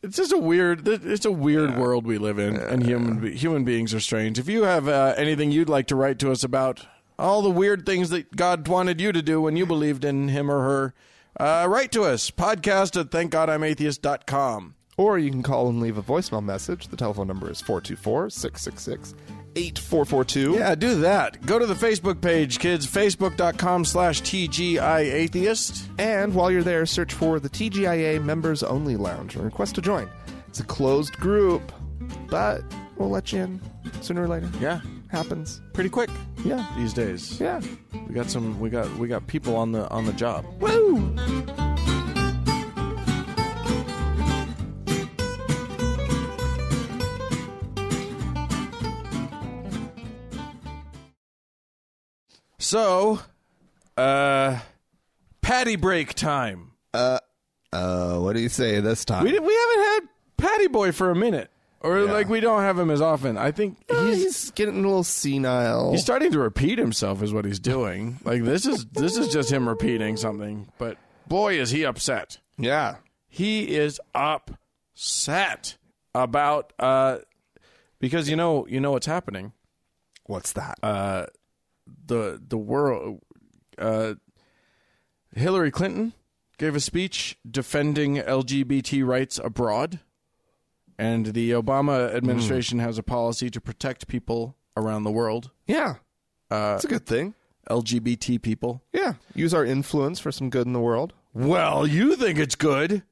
B: It's just a weird. It's a weird world we live in, and human be- human beings are strange. If you have uh, anything you'd like to write to us about all the weird things that God wanted you to do when you believed in Him or her, uh, write to us podcast at thankgodimatheist.com.
A: Or you can call and leave a voicemail message. The telephone number is 424-666-8442.
B: Yeah, do that. Go to the Facebook page, kids. Facebook.com slash TGI Atheist.
A: And while you're there, search for the TGIA Members Only Lounge and request to join. It's a closed group, but we'll let you in sooner or later.
B: Yeah,
A: Happens.
B: pretty quick
A: Yeah.
B: these days.
A: Yeah.
B: We got some. We got we got people on the on the job.
A: Woo!
B: So, uh, patty break time.
A: Uh, what do you say this time?
B: We did, we haven't had Patty Boy for a minute, or
A: Yeah.
B: like we don't have him as often. I think
A: he's,
B: he's
A: getting a little senile.
B: he's starting to repeat himself, is what he's doing. like this is this is just him repeating something. But boy, is he upset.
A: yeah.
B: he is upset about uh because you know you know what's happening
A: What's that?
B: the the world uh Hillary Clinton gave a speech defending LGBT rights abroad and the Obama administration has a policy to protect people around the world
A: yeah. It's a good thing.
B: LGBT people
A: Yeah. Use our influence for some good in the world.
B: well you think it's good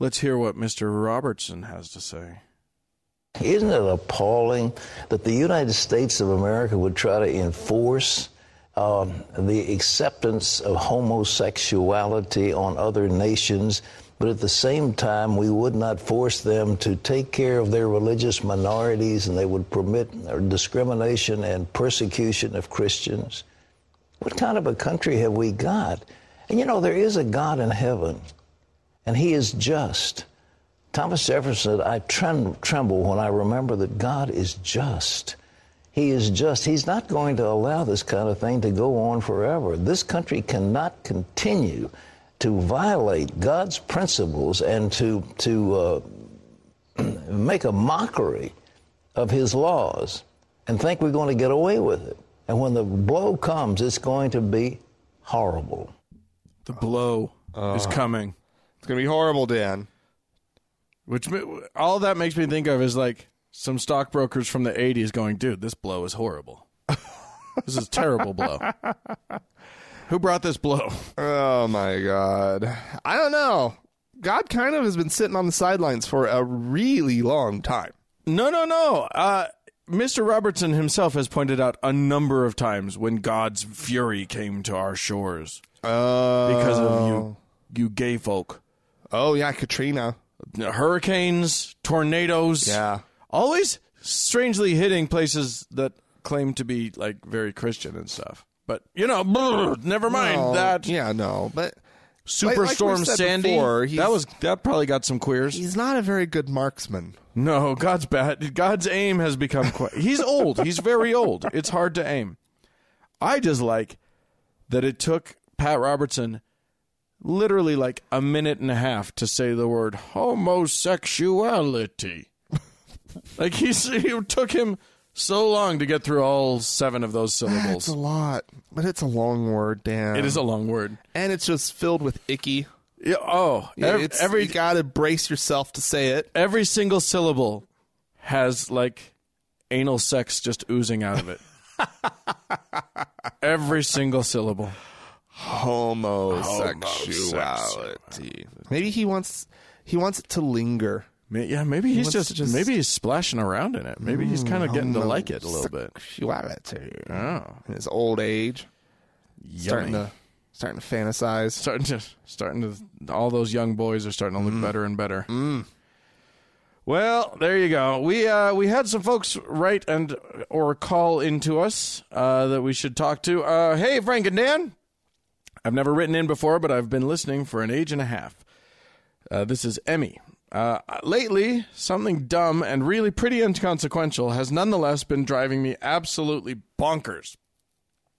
B: let's hear what Mr. Robertson has to say
E: Isn't it appalling that the United States of America would try to enforce um, the acceptance of homosexuality on other nations, but at the same time, we would not force them to take care of their religious minorities and they would permit discrimination and persecution of Christians? What kind of a country have we got? And you know, there is a God in heaven, and He is just. Thomas Jefferson said, I trem- tremble when I remember that God is just. He is just. He's not going to allow this kind of thing to go on forever. This country cannot continue to violate God's principles and to, to uh, make a mockery of his laws and think we're going to get away with it. And when the blow comes, it's going to be horrible.
B: The blow is coming.
A: It's gonna be horrible, Dan.
B: Which ma- all that makes me think of is like some stockbrokers from the 80s going, dude, this blow is horrible. this is a terrible blow. Who brought this blow?
A: Oh my god. I don't know. God kind of has been sitting on the sidelines for a really long time.
B: No, no, no. Uh, Mr. Robertson himself has pointed out a number of times when God's fury came to our shores
A: Uh,
B: because of you, you gay folk.
A: oh yeah, Katrina.
B: Hurricanes, tornadoes.
A: Yeah.
B: Always strangely hitting places that claim to be like very Christian and stuff. But, you know, brr, never mind
A: No,
B: that.
A: Oh, Yeah, no, but
B: Superstorm
A: Like- like we said
B: Sandy.
A: before, he's-
B: that was that probably got some queers.
A: he's not a very good marksman.
B: No, God's bad. God's aim has become. Que- he's old. He's very old. It's hard to aim. I just like that it took Pat Robertson literally like a minute and a half to say the word homosexuality. like he's, it took him so long to get through all seven of those
A: It's a
B: syllables.
A: lot, but it's a long word, Dan.
B: It is a long word.
A: and it's just filled with icky.
B: Yeah, oh, ev-
A: it's,
B: every
A: you gotta brace yourself to say it.
B: every single syllable has like anal sex just oozing out of it. every single syllable.
A: Homosexuality. Maybe he wants he wants it to linger.
B: Ma- Yeah, maybe he's
A: wants
B: just, Mm,
A: to just-
B: maybe he's splashing around in it. Maybe he's kind of getting to like it a little bit.
A: Sexuality.
B: Oh,
A: In his old age, starting
B: starting to
A: to starting to fantasize.
B: starting to starting to all those young boys are starting to look better and better. Well, there you go. We uh, we had some folks write and or call into us uh, that we should talk to. Uh, hey, Frank and Dan, I've never written in before, but I've been listening for an age and a half. Uh, this is Emmy. Uh, lately, something dumb and really pretty inconsequential has nonetheless been driving me absolutely bonkers.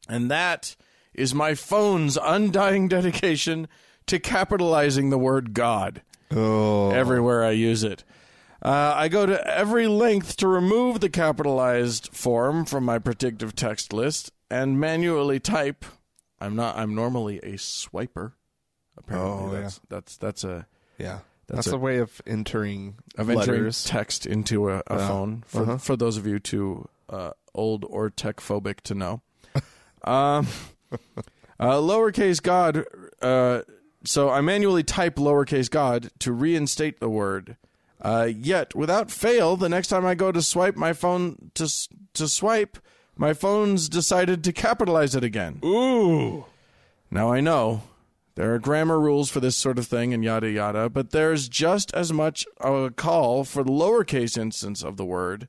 B: And that is my phone's undying dedication to capitalizing the word God
A: Oh,
B: everywhere I use it. Uh, I go to every length to remove the capitalized form from my predictive text list and manually type. I'm not. I'm normally a swiper. Apparently,
A: Oh,
B: that's, that's that's a
A: yeah.
B: That's
A: That's,
B: a-
A: a way of entering
B: of entering
A: letters.
B: text into a, a phone for for those of you too uh, old or tech phobic to know. um, uh, lowercase God. Uh, so I manually type lowercase God to reinstate the word. Uh, yet without fail, the next time I go to swipe my phone to s- to swipe, my phone's decided to capitalize it again. Now I know there are grammar rules for this sort of thing and yada yada, but there's just as much of a call for the lowercase instance of the word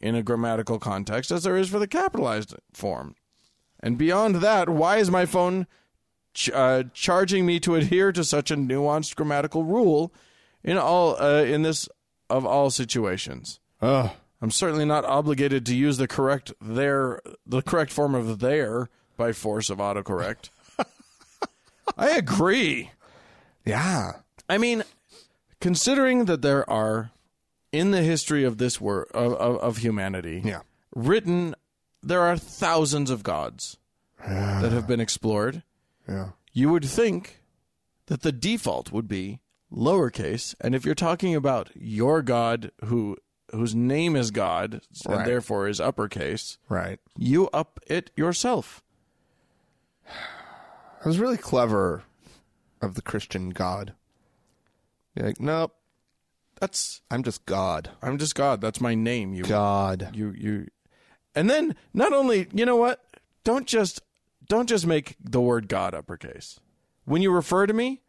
B: in a grammatical context as there is for the capitalized form. And beyond that, why is my phone ch- uh, charging me to adhere to such a nuanced grammatical rule in all uh, in this of all situations? I'm certainly not obligated to use the correct there the correct form of there by force of autocorrect. I agree.
A: Yeah.
B: I mean, considering that there are in the history of this world of, of, of humanity,
A: Yeah.
B: written there are thousands of gods that have been explored.
A: Yeah.
B: You would think that the default would be lowercase, and if you're talking about your god who whose name is God
A: Right.
B: and therefore is uppercase,
A: Right.
B: you up it yourself.
A: That was really clever of the Christian God. You're like, nope,
B: That's
A: I'm just God.
B: I'm just God. That's my name. You
A: God.
B: you you and then not only you know what don't just don't just make the word god uppercase when you refer to me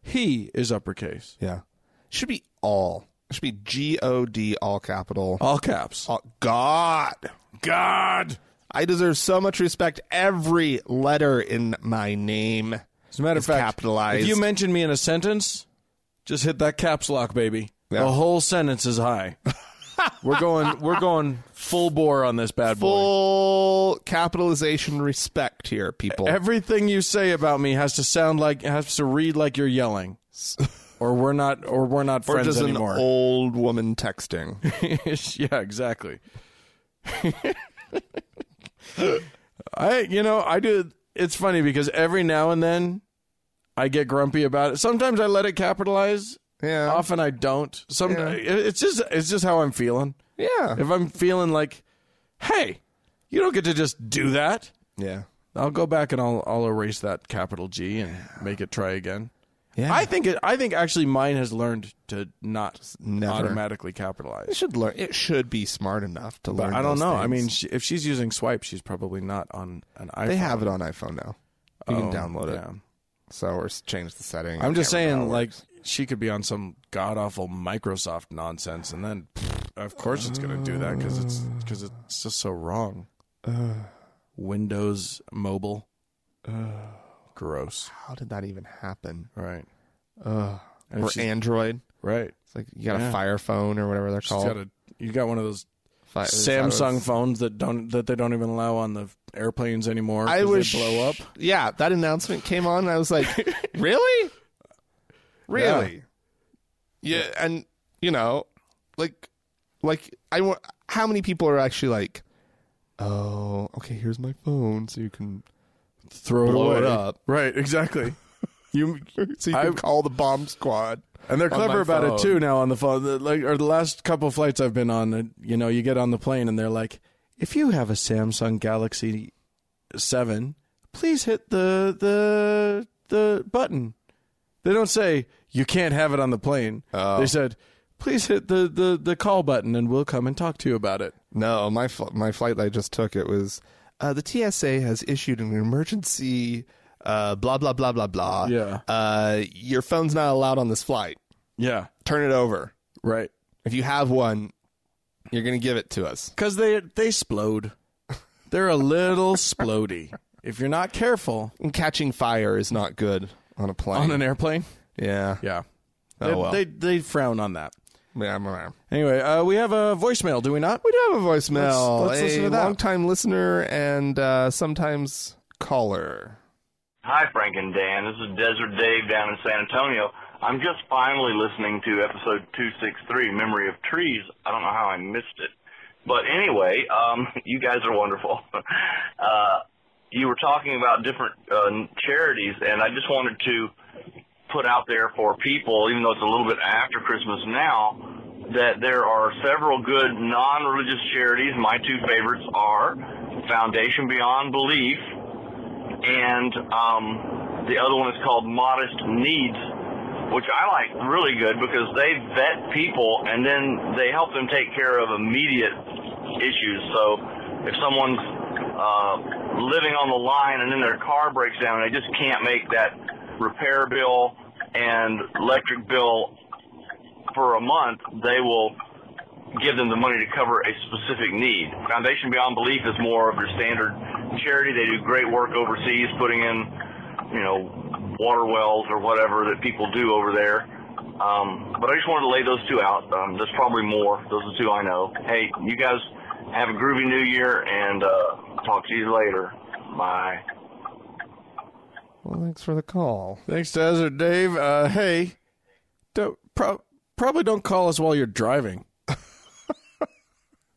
B: he is uppercase
A: Yeah. Should be all. It should be G O D all capital.
B: all caps
A: All- Uh, God.
B: god
A: I deserve so much respect every letter in my name.
B: As a matter of
A: It's
B: fact,
A: capitalized.
B: if you mention me in a sentence, just hit that caps lock, baby.
A: Yeah.
B: The whole sentence is high. we're going. We're going full bore on this bad boy.
A: Full capitalization respect here, people.
B: Everything you say about me has to sound like has to read like you're yelling, or we're not. Or we're not
A: or
B: friends
A: just
B: anymore.
A: an old woman texting.
B: yeah, exactly. I, you know, I do. It's funny because every now and then I get grumpy about it. Sometimes I let it capitalize.
A: Yeah.
B: Often I don't. Some.
A: Yeah.
B: it- It's just. It's just how I'm feeling.
A: Yeah.
B: If I'm feeling like, hey, you don't get to just do that.
A: Yeah.
B: I'll go back and I'll I'll erase that capital G and make it try again.
A: Yeah.
B: I think it. I think actually mine has learned to not
A: never.
B: automatically capitalize.
A: It should learn. It should be smart enough to learn.
B: I don't
A: those
B: know. I
A: things.
B: mean, she, if she's using Swipe, she's probably not on an iPhone.
A: they have it on iPhone now. You
B: Oh,
A: can download it.
B: yeah.
A: So or s- change the setting.
B: I'm just
A: I can't
B: saying,
A: remember how it
B: like,
A: works.
B: she could be on some god awful Microsoft nonsense, and then, pfft, of course, it's going to do that because it's because it's just so wrong. Windows Mobile, gross.
A: how did that even happen?
B: Right,
A: Or
B: she's-
A: Android?
B: right.
A: It's like you got
B: Yeah.
A: a Fire phone or whatever they're
B: She's
A: called.
B: got a, you got one of those
A: Fi- is that what it's-
B: Samsung phones that don't that they don't even allow on the airplanes anymore.
A: I
B: 'cause they
A: was
B: blow up.
A: Yeah, that announcement came on. And I was like, really, really, yeah. And you know, like, like I want. How many people are actually like, oh, okay, here's my phone, so you can
B: Throw
A: Blow
B: away.
A: it up.
B: Right, exactly. You
A: so you can
B: I-
A: call the bomb squad.
B: And they're
A: on my
B: clever about
A: phone.
B: it too now on the phone. The- Like, or the last couple flights I've been on, uh, you know, you get on the plane and they're like, "If you have a Samsung Galaxy Seven, please hit the the the button." They don't say you can't have it on the plane.
A: Oh.
B: They said, "Please hit the, the the call button and we'll come and talk to you about it."
A: No, my fl- my flight that I just took it was uh, the TSA has issued an emergency uh, blah blah blah blah blah.
B: Yeah.
A: uh, your phone's not allowed on this flight.
B: Yeah,
A: Turn it over.
B: right.
A: If you have one, you're gonna give it to us.
B: Because they they splode. They're a little splody. If you're not careful
A: And catching fire is not good on a plane.
B: on an airplane,
A: yeah.
B: yeah,
A: Oh,
B: they,
A: well.
B: they they frown on that.
A: Yeah, I'm around.
B: Anyway, uh, we have a voicemail, do we not?
A: We do have a voicemail.
B: Let's- let's
A: a
B: listen to that.
A: longtime listener and uh, sometimes caller.
F: Hi, Frank and Dan. This is Desert Dave down in San Antonio. I'm just finally listening to episode 263, Memory of Trees. I don't know how I missed it. But anyway, um, you guys are wonderful. uh, you were talking about different uh, charities, and I just wanted to put out there for people, even though it's a little bit after Christmas now, that there are several good non-religious charities. My two favorites are Foundation Beyond Belief, and um, the other one is called Modest Needs, which I like really good because they vet people and then they help them take care of immediate issues. So if someone's uh, living on the line and then their car breaks down and they just can't make that repair bill and electric bill for a month, they will give them the money to cover a specific need. Foundation Beyond Belief is more of your standard charity. They do great work overseas, putting in, you know, water wells or whatever that people do over there. Um, but I just wanted to lay those two out. Um, there's probably more. Those are two I know. Hey, you guys have a groovy new year and uh, talk to you later. Bye.
A: Well, thanks for the call.
B: Thanks, Desert Dave. Uh, hey, don't, pro- probably don't call us while you're driving.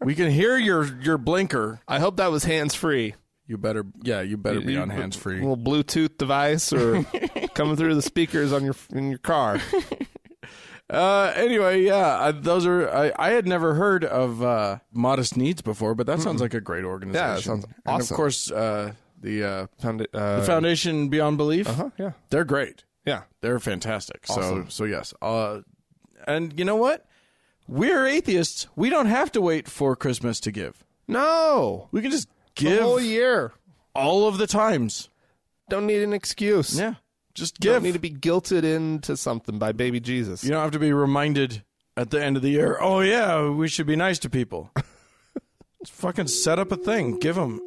B: we can hear your your blinker.
A: I hope that was hands free.
B: You better, yeah, you better be on
A: You-
B: hands free.
A: Little Bluetooth device or coming through the speakers on your in your car.
B: Uh, anyway, yeah, I, those are. I, I had never heard of uh, Modest Needs before, but that sounds like a great organization.
A: sounds
B: And of
A: awesome.
B: course, uh, the uh,
A: Found it. Uh,
B: the Foundation Beyond Belief. Uh-huh,
A: yeah.
B: they're great.
A: Yeah.
B: They're fantastic.
A: Awesome.
B: So so yes. Uh and you know what? We're atheists. We don't have to wait for Christmas to give.
A: No.
B: We can just
A: The
B: give
A: whole year.
B: all of the times.
A: Don't need an excuse.
B: Yeah. Just
A: Don't
B: give.
A: need to be guilted into something by baby Jesus.
B: you don't have to be reminded at the end of the year, "Oh yeah, we should be nice to people." Just fucking set up a thing. Give them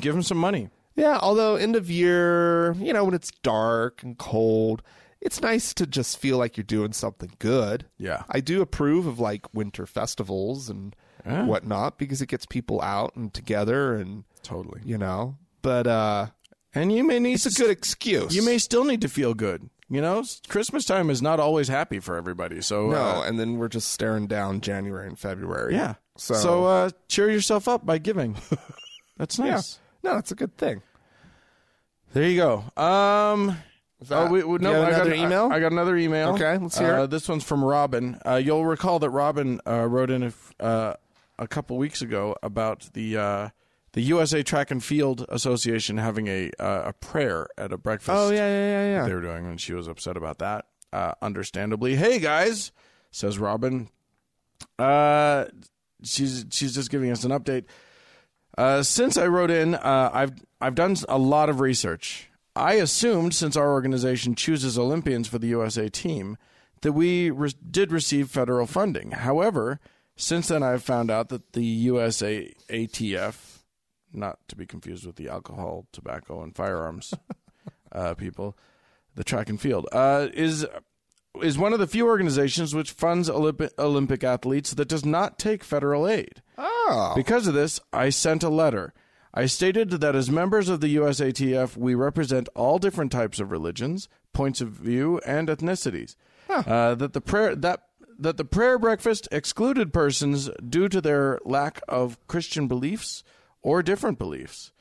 B: give them some money.
A: Yeah, although end of year, you know, when it's dark and cold, it's nice to just feel like you're doing something good.
B: Yeah.
A: I do approve of like winter festivals and whatnot because it gets people out and together and
B: Totally.
A: you know. But uh
B: And you may need
A: it's a good excuse.
B: You may still need to feel good. You know, S- Christmas time is not always happy for everybody. So
A: no,
B: uh,
A: and then we're just staring down January and February.
B: yeah.
A: So,
B: so uh, cheer yourself up by giving. That's
A: yeah.
B: nice.
A: No, that's a good thing.
B: There you go. Um,
A: that-
B: oh, we, we,
A: do
B: no,
A: you have
B: I got
A: another
B: I-
A: email?
B: I, got another email.
A: Okay, let's hear
B: uh,
A: it.
B: This one's from Robin. Uh, you'll recall that Robin uh, wrote in a, f- uh, a couple weeks ago about the uh, the USA Track and Field Association having a uh, a prayer at a breakfast.
A: Oh, yeah, yeah,
B: they were doing, and she was upset about that. Uh, understandably, hey guys, says Robin. Uh, she's she's just giving us an update. Uh, since I wrote in, uh, I've I've done a lot of research. I assumed since our organization chooses Olympians for the USA team that we re- did receive federal funding. However, since then I've found out that the USA ATF, not to be confused with the alcohol, tobacco, and firearms uh, people, the track and field uh, is is one of the few organizations which funds Olympi- Olympic athletes that does not take federal aid.
A: Oh.
B: Because of this, I sent a letter. I stated that as members of the USATF, we represent all different types of religions, points of view, and ethnicities. Uh, that the prayer that that the prayer breakfast excluded persons due to their lack of Christian beliefs or different beliefs.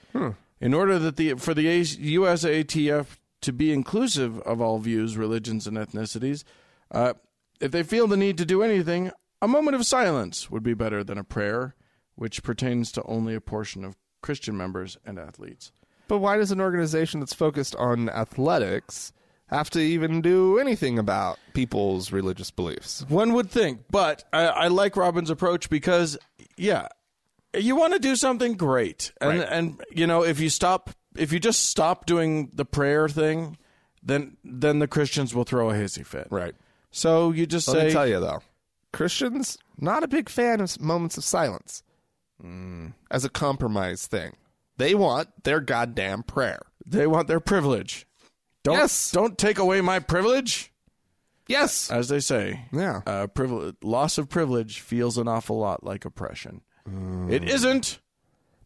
B: In order that the for the USATF to be inclusive of all views, religions, and ethnicities, uh, if they feel the need to do anything, a moment of silence would be better than a prayer, which pertains to only a portion of Christian members and athletes.
A: But why does an organization that's focused on athletics have to even do anything about people's religious beliefs?
B: One would think, but I, I like Robin's approach because, yeah, you want to do something great, and and you know if you stop, if you just stop doing the prayer thing, then then the Christians will throw a hissy fit.
A: Right.
B: So you just
A: Let
B: say,
A: me tell you though, Christians not a big fan of moments of silence as a compromise thing. They want their goddamn prayer.
B: they want their privilege. Don't
A: Yes.
B: don't take away my privilege,
A: Yes.
B: as they say.
A: yeah.
B: Uh, privilege, loss of privilege feels an awful lot like oppression. It isn't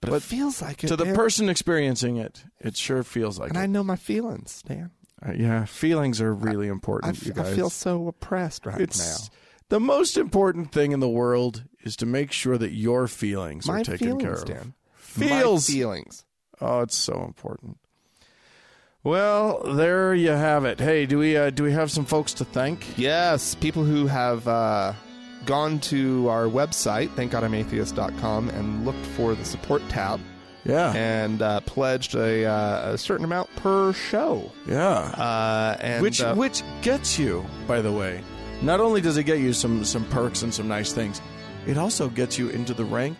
A: but, it feels like it.
B: to the
A: man.
B: person experiencing it. It sure feels like
A: and I
B: it.
A: know my feelings, Dan.
B: Uh, yeah, feelings are really
A: I
B: important.
A: f-
B: you
A: I
B: guys.
A: feel so oppressed right now.
B: it's the most important thing in the world is to make sure that your feelings
A: My
B: are taken
A: feelings,
B: care of.
A: Dan.
B: Feels.
A: My feelings.
B: Oh, it's so important. Well, there you have it. Hey, do we uh, do we have some folks to thank?
A: Yes, people who have uh, gone to our website, thankgodimatheist.com, and looked for the support tab
B: Yeah,
A: and uh, pledged a, uh, a certain amount per show.
B: yeah.
A: Uh, and
B: which
A: uh,
B: which gets you, by the way. Not only does it get you some some perks and some nice things, it also gets you into the rank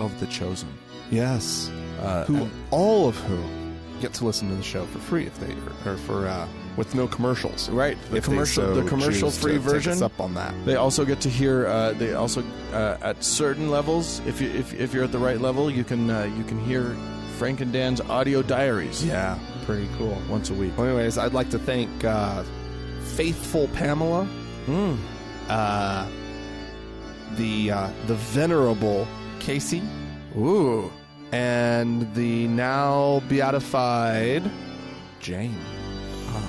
B: of the chosen.
A: yes,
B: Uh,
A: who
B: and-
A: all of whom get to listen to the show for free if they or for uh, with no commercials.
B: right? The
A: If they
B: commercial
A: so
B: the commercial
A: choose
B: free
A: to take us
B: version.
A: up on that.
B: They also get to hear. Uh, they also uh, at certain levels, if you if, if you're at the right level, you can uh, you can hear Frank and Dan's audio diaries
A: Yeah, pretty cool.
B: once a week.
A: Well, anyways, I'd like to thank uh, faithful Pamela. Hmm.
B: Mm.
A: uh, the uh, the venerable Casey
B: Ooh,
A: and the now beatified Jane. Ah.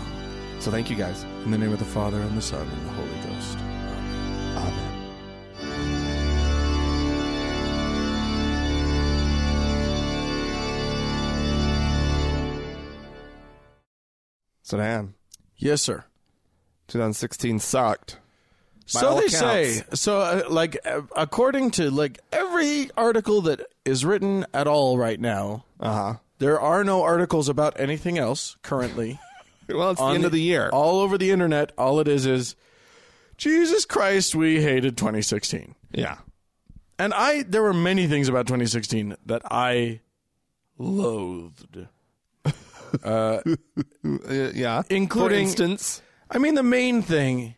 A: So thank you guys.
B: in the name of the Father and the Son and the Holy Ghost.
A: Amen. So Dan,
B: Yes, sir.
A: 2016 sucked. By
B: so
A: all
B: they
A: accounts.
B: say. So, uh, like, uh, according to like every article that is written at all right now,
A: Uh huh.
B: there are no articles about anything else currently.
A: Well, it's the
B: on
A: end of the year.
B: all over the internet. All it is is Jesus Christ. We hated 2016,
A: yeah.
B: and I. There were many things about 2016 that I loathed.
A: Uh, yeah. For
B: Including-
A: instance,
B: I mean, the main thing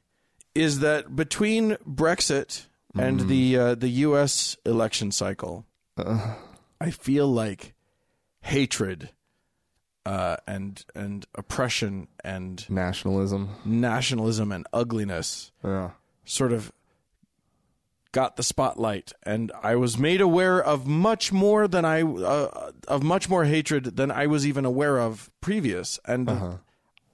B: is that between Brexit and the uh, the U.S. election cycle, I feel like hatred uh, and and oppression and
A: Nationalism.
B: nationalism and ugliness
A: Yeah.
B: sort of got the spotlight and i was made aware of much more than i uh, of much more hatred than i was even aware of previous and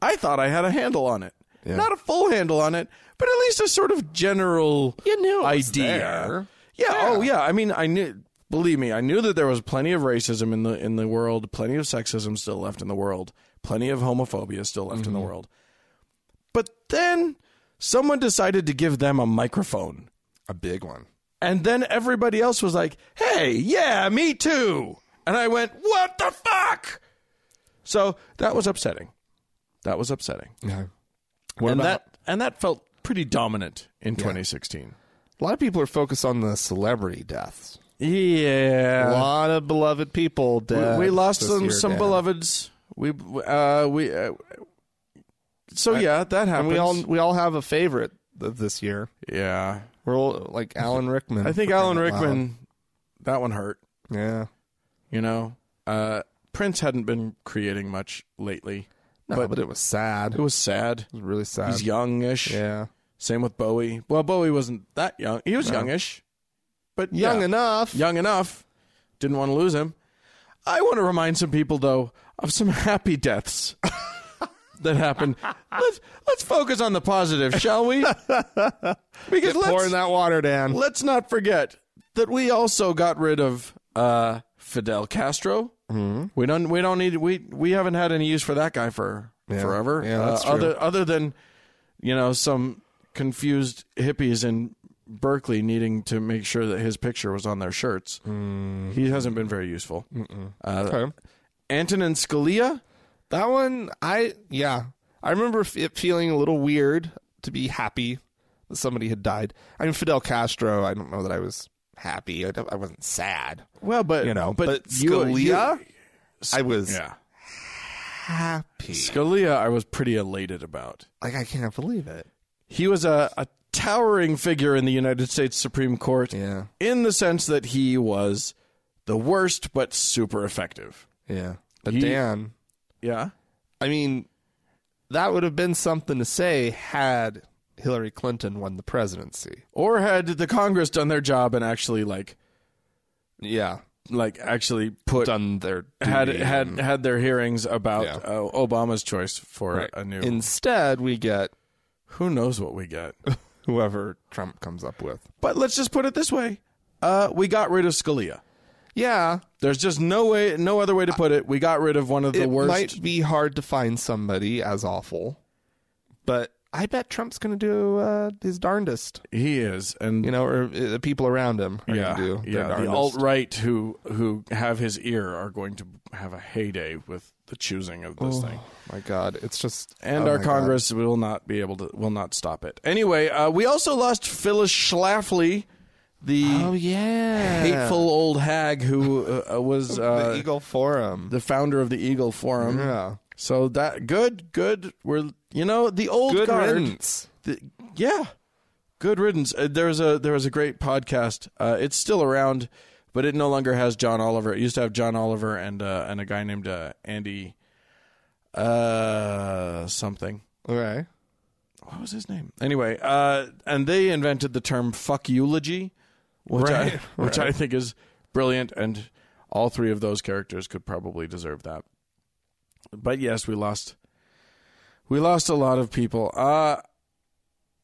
B: i thought i had a handle on it not a full handle on it but at least a sort of general
A: You knew it was
B: idea
A: there.
B: yeah, oh yeah i mean i knew believe me i knew that there was plenty of racism in the in the world plenty of sexism still left in the world plenty of homophobia still left in the world but then someone decided to give them a microphone.
A: A big one.
B: And then everybody else was like, hey, yeah, me too. And I went, what the fuck? So that was upsetting. That was upsetting.
A: Yeah. What
B: and
A: about
B: that and that felt pretty dominant in 2016.
A: a lot of people are focused on the celebrity deaths. Uh, a
B: Yeah.
A: lot of beloved people dead.
B: we lost
A: Uh, this
B: some
A: year,
B: some
A: Dan.
B: beloveds. We uh we uh, So yeah, that
A: And
B: happened.
A: we all we all have a favorite of this year.
B: Yeah.
A: We're all like Alan Rickman.
B: I think
A: for
B: Alan
A: crying out
B: Rickman that one hurt.
A: loud. Yeah.
B: You know, uh, Prince hadn't been creating much lately.
A: No, but, it was sad.
B: It was sad.
A: It was really sad.
B: He's youngish.
A: Yeah.
B: Same with Bowie. Well, Bowie wasn't that young. He was youngish, but
A: Young
B: yeah,
A: enough.
B: Young enough. Didn't want to lose him. I want to remind some people though of some happy deaths that happened. let's let's focus on the positive, shall we? Because
A: Pouring
B: let's
A: that water, Dan.
B: let's not forget that we also got rid of uh, Fidel Castro. Mm-hmm. We don't. We don't need. We we haven't had any use for that guy for forever.
A: Yeah,
B: Uh,
A: that's true.
B: Other other than you know some confused hippies in Berkeley needing to make sure that his picture was on their shirts.
A: Mm-hmm.
B: He hasn't been very useful. Uh,
A: Okay.
B: Antonin Scalia.
A: That one, I yeah, I remember f- it feeling a little weird to be happy that somebody had died. I mean, Fidel Castro. I don't know that I was happy. I, don't- I wasn't sad.
B: Well, but
A: You know,
B: but,
A: but,
B: you-
A: Scalia,
B: you-
A: I was
B: yeah.
A: happy.
B: Scalia, I was pretty elated about.
A: Like I can't believe it.
B: he was a, a towering figure in the United States Supreme Court
A: Yeah.
B: in the sense that he was the worst but super effective.
A: Yeah, but
B: He-
A: Dan,
B: Yeah.
A: I mean, that would have been something to say had Hillary Clinton won the presidency.
B: Or had the Congress done their job and actually like
A: Yeah,
B: like actually put
A: done their
B: had
A: duty
B: had
A: and-
B: had their hearings about
A: Yeah.
B: uh, Obama's choice for
A: Right.
B: a new
A: Instead, we get
B: who knows what we get.
A: whoever Trump comes up with.
B: but let's just put it this way. Uh, we got rid of Scalia.
A: Yeah,
B: There's just no way no other way to put it. We got rid of one of the
A: it
B: worst
A: might be hard to find somebody as awful, but I bet Trump's going to do uh, his darndest,
B: he is and
A: you know, or uh, the people around him are going
B: yeah,
A: to do their
B: yeah. The
A: darndest.
B: alt right who who have his ear are going to have a heyday with the choosing of this thing,
A: my God, it's just
B: Oh. and
A: oh
B: our
A: my God.
B: Congress will not be able to will not stop it. Anyway, uh, we also lost Phyllis Schlafly, the
A: Oh yeah,
B: hateful old hag who uh, uh, was uh,
A: the Eagle Forum.
B: the founder of the Eagle Forum.
A: yeah,
B: So that good, good. We're you know the old
A: good
B: guard.
A: riddance.
B: the, yeah good riddance uh, there's a there was a great podcast uh, it's still around but it no longer has john oliver it used to have john oliver and uh, and a guy named uh, andy uh something
A: Okay,
B: what was his name anyway uh and they invented the term fuck eulogy which i which i think is brilliant and all three of those characters could probably deserve that but yes we lost we lost a lot of people uh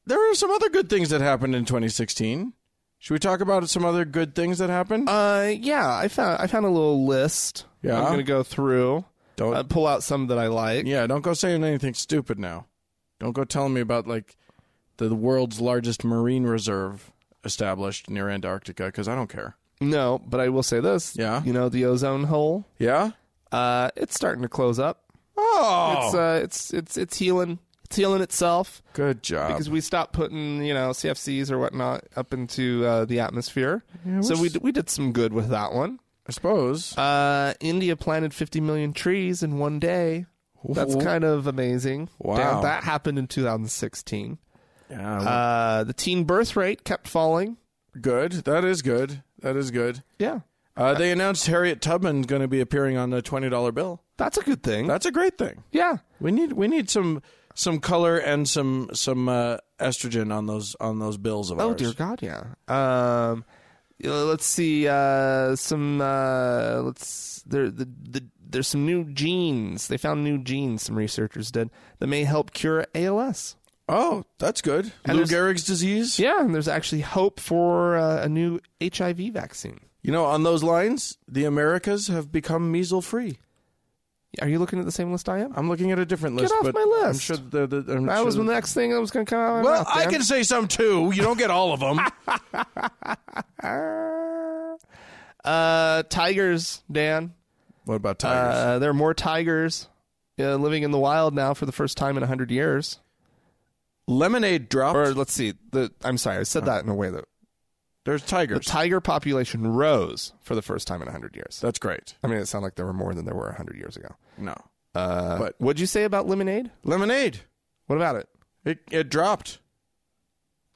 B: there are some other good things that happened in 2016 should we talk about some other good things that happened
A: uh, yeah, I found I found a little list.
B: Yeah?
A: I'm going to go through,
B: don't
A: uh, pull out some that I like.
B: yeah don't go saying anything stupid now don't go telling me about like the world's largest marine reserve established near antarctica because i don't care
A: No, but I will say this.
B: Yeah.
A: you know the ozone hole.
B: Yeah.
A: Uh, it's starting to close up.
B: Oh,
A: It's uh, it's it's it's healing. It's healing itself
B: good job.
A: because we stopped putting you know CFCs or whatnot up into uh, the atmosphere. so we d- we did some good with that one.
B: I suppose
A: Uh, India planted 50 million trees in one day. That's
B: Whoa.
A: kind of amazing.
B: Wow.
A: Damn, that happened in 2016.
B: yeah,
A: Uh, the teen birth rate kept falling.
B: good. That is good. That is good.
A: Yeah. Uh,
B: Uh, they announced Harriet Tubman's going to be appearing on the twenty dollar bill.
A: That's a good thing.
B: That's a great thing.
A: yeah.
B: We need we need some some color and some some uh, estrogen on those on those bills of
A: Oh
B: ours.
A: dear God, yeah. Um, you know, let's see. Uh, some uh, let's there the, the there's some new genes. They found new genes. Some researchers did that may help cure ALS.
B: Oh, that's good. Lou
A: there's-
B: Gehrig's disease.
A: Yeah, and there's actually hope for uh, a new HIV vaccine.
B: You know, on those lines, the Americas have become measle free.
A: Are you looking at the same list I am?
B: I'm looking at a different list.
A: off
B: but
A: my list.
B: I'm sure the, the, I'm
A: That
B: sure
A: was
B: the-
A: the next thing that was going to come out. of my
B: Well,
A: mouth,
B: I
A: Dan.
B: can say some too. You don't get all of them.
A: Uh, tigers, Dan.
B: what about tigers?
A: Uh, there are more tigers uh, living in the wild now for the first time in hundred years.
B: Lemonade dropped.
A: Or let's see. The I'm sorry, I said that in a way that
B: There's
A: the
B: tigers.
A: tiger population rose for the first time in 100 years.
B: that's great.
A: I mean, it sounded like there were more than there were 100 years ago.
B: No.
A: Uh,
B: But-
A: what'd you say about lemonade?
B: Lemonade.
A: What about it?
B: It it dropped.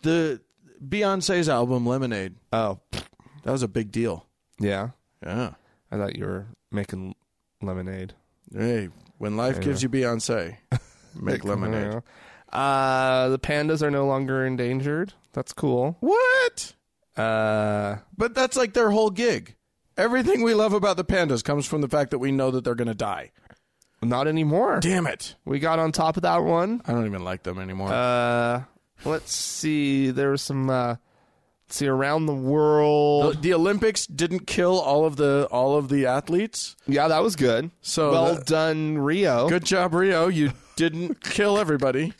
B: The Beyonce's album Lemonade.
A: Oh,
B: That was a big deal.
A: yeah.
B: Yeah.
A: I thought you were making lemonade.
B: Hey, when life gives you Beyonce, make lemonade.
A: Uh, the pandas are no longer endangered. That's cool.
B: What?
A: Uh,
B: But that's like their whole gig. Everything we love about the pandas comes from the fact that we know that they're going to die.
A: not anymore.
B: Damn it.
A: We got on top of that one.
B: I don't even like them anymore.
A: Uh, let's see. There was some. Uh, let's see around the world.
B: the, the Olympics didn't kill all of the all of the athletes.
A: Yeah, that was good.
B: So
A: well
B: the-
A: done, Rio.
B: Oh, Good job, Rio. You didn't kill everybody.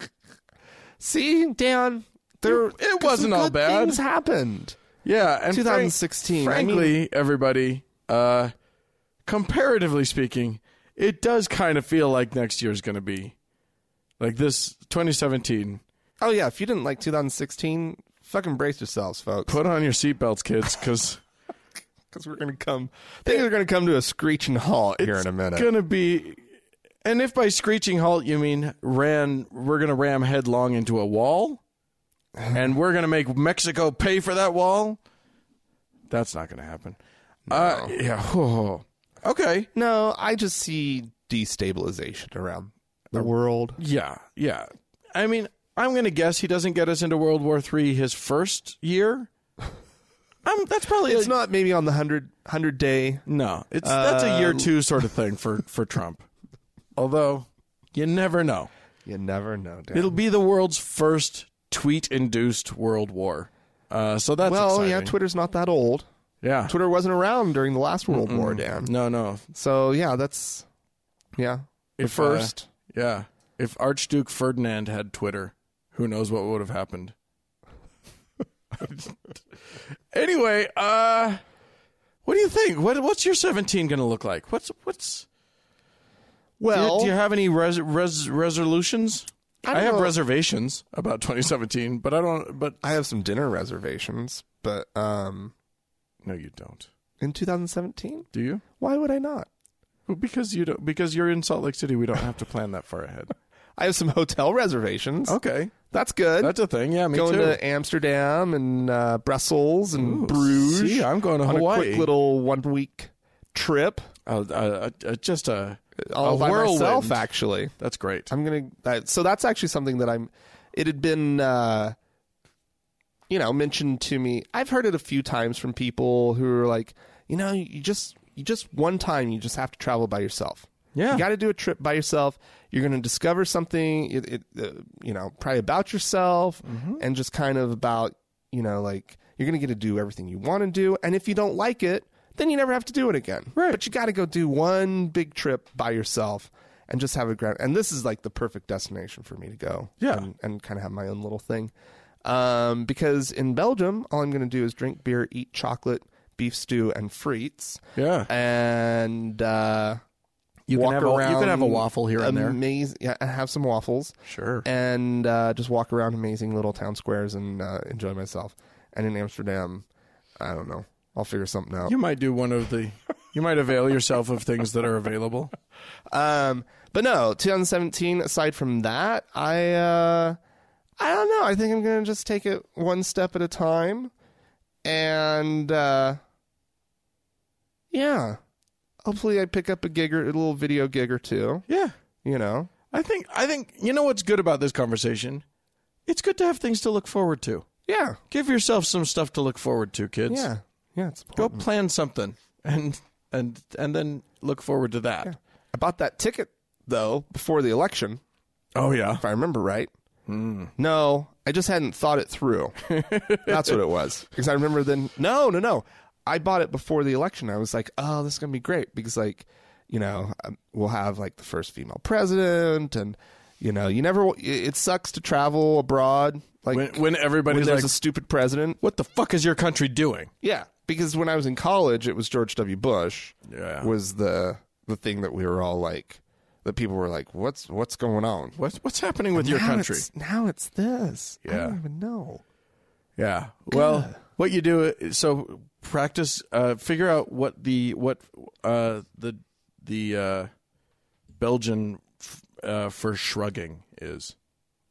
A: See, Dan, there
B: It- it wasn't
A: some
B: all
A: good
B: bad.
A: Things happened.
B: Yeah, and
A: 2016, I
B: Frankly, everybody, uh, comparatively speaking, it does kind of feel like next year's going to be like this 2017.
A: Oh yeah, if you didn't like 2016, fucking brace yourselves, folks,
B: Put on your seatbelts, kids, because
A: because we're gonna come. Things are gonna come to a screeching halt here in a minute.
B: gonna be. And if by screeching halt you mean ran, we're gonna ram headlong into a wall, and we're gonna make Mexico pay for that wall. That's not gonna happen. Uh, yeah. Okay.
A: No, I just see destabilization around the world.
B: Yeah, yeah. I mean, I'm gonna guess he doesn't get us into World War Three his first year. Um, that's probably
A: It's
B: a-
A: not maybe on the hundred hundred day.
B: No, it's that's a year two sort of thing for for Trump. Um, Although, you never know.
A: You never know, Dan.
B: It'll be the world's first tweet-induced world war. Uh, so that's
A: well,
B: exciting.
A: yeah, Twitter's not that old.
B: yeah.
A: Twitter wasn't around during the last World War, Dan.
B: No, no.
A: So yeah, that's yeah. The
B: If, uh,
A: first.
B: Yeah, if Archduke Ferdinand had Twitter, who knows what would have happened. anyway, uh what do you think? What what's your 17 going to look like? What's what's do you,
A: well,
B: do you have any res, res, resolutions? I,
A: don't
B: have
A: know.
B: reservations about 2017, but I don't but
A: I have some dinner reservations, but um
B: no you don't.
A: in 2017,
B: Do you?
A: why would I not?
B: Well, because you don't because you're in Salt Lake City, we don't have to plan that far ahead.
A: I have some hotel reservations.
B: Okay.
A: That's good.
B: Oh. That's a thing. Yeah, me
A: going
B: too.
A: to Amsterdam and uh, Brussels and
B: Ooh,
A: Bruges.
B: see, I'm going to
A: on
B: Hawaii.
A: a quick little one week trip.
B: Uh, uh, uh, just a
A: All
B: a
A: by
B: whirlwind.
A: myself, actually.
B: That's great.
A: I'm gonna. Uh, so that's actually something that I'm. It had been, uh, you know, mentioned to me. I've heard it a few times from people who are like, you know, you just, you just one time, you just have to travel by yourself.
B: Yeah.
A: you got to do a trip by yourself. You're going to discover something, it, it, uh, you know, probably about yourself,
B: Mm-hmm.
A: and just kind of about, you know, like you're going to get to do everything you want to do, and if you don't like it. Then you never have to do it again. Right. But you got to go do one big trip by yourself and just have a grand and this is like the perfect destination for me to go
B: Yeah.
A: and, and kind of have my own little thing um, because in belgium all i'm going to do is drink beer eat chocolate beef stew and frites
B: Yeah.
A: and uh,
B: You
A: walk
B: can have
A: around
B: a, you can have a waffle here and there.
A: amaz- yeah, and have some waffles
B: Sure.
A: and uh, just walk around amazing little town squares and uh, enjoy myself and in amsterdam i don't know i'll figure something out
B: You might do one of the. You might avail yourself of things that are available.
A: Um, but no, 2017. Aside from that, I uh, I don't know. I think I'm gonna just take it one step at a time, and uh, yeah, hopefully I pick up a gig or a little video gig or two.
B: Yeah.
A: You know,
B: I think I think you know what's good about this conversation? It's good to have things to look forward to.
A: yeah,
B: Give yourself some stuff to look forward to, kids.
A: yeah, yeah. It's
B: Go
A: important.
B: plan something and and and then look forward to that.
A: I bought that ticket though before the election,
B: Oh yeah.
A: if I remember right.
B: Hmm.
A: No, I just hadn't thought it through. That's what it was. Because I remember then. No, no, no. I bought it before the election. I was like, oh, this is gonna be great because like, you know, um, we'll have like the first female president, and you know, you never. It it sucks to travel abroad. Like
B: When when
A: when
B: everybody's
A: there's
B: like
A: a stupid president.
B: what the fuck is your country doing?
A: Yeah, because when I was in college, it was George W. Bush.
B: Yeah.
A: was the the thing that we were all like, that people were like, "What's what's going on
B: What's what's happening with your
A: Now
B: country?
A: it's- now it's this. I
B: Yeah.
A: don't even know.
B: Yeah. Well, what you do i- so practice uh figure out what the what uh the the uh Belgian f- uh for shrugging is.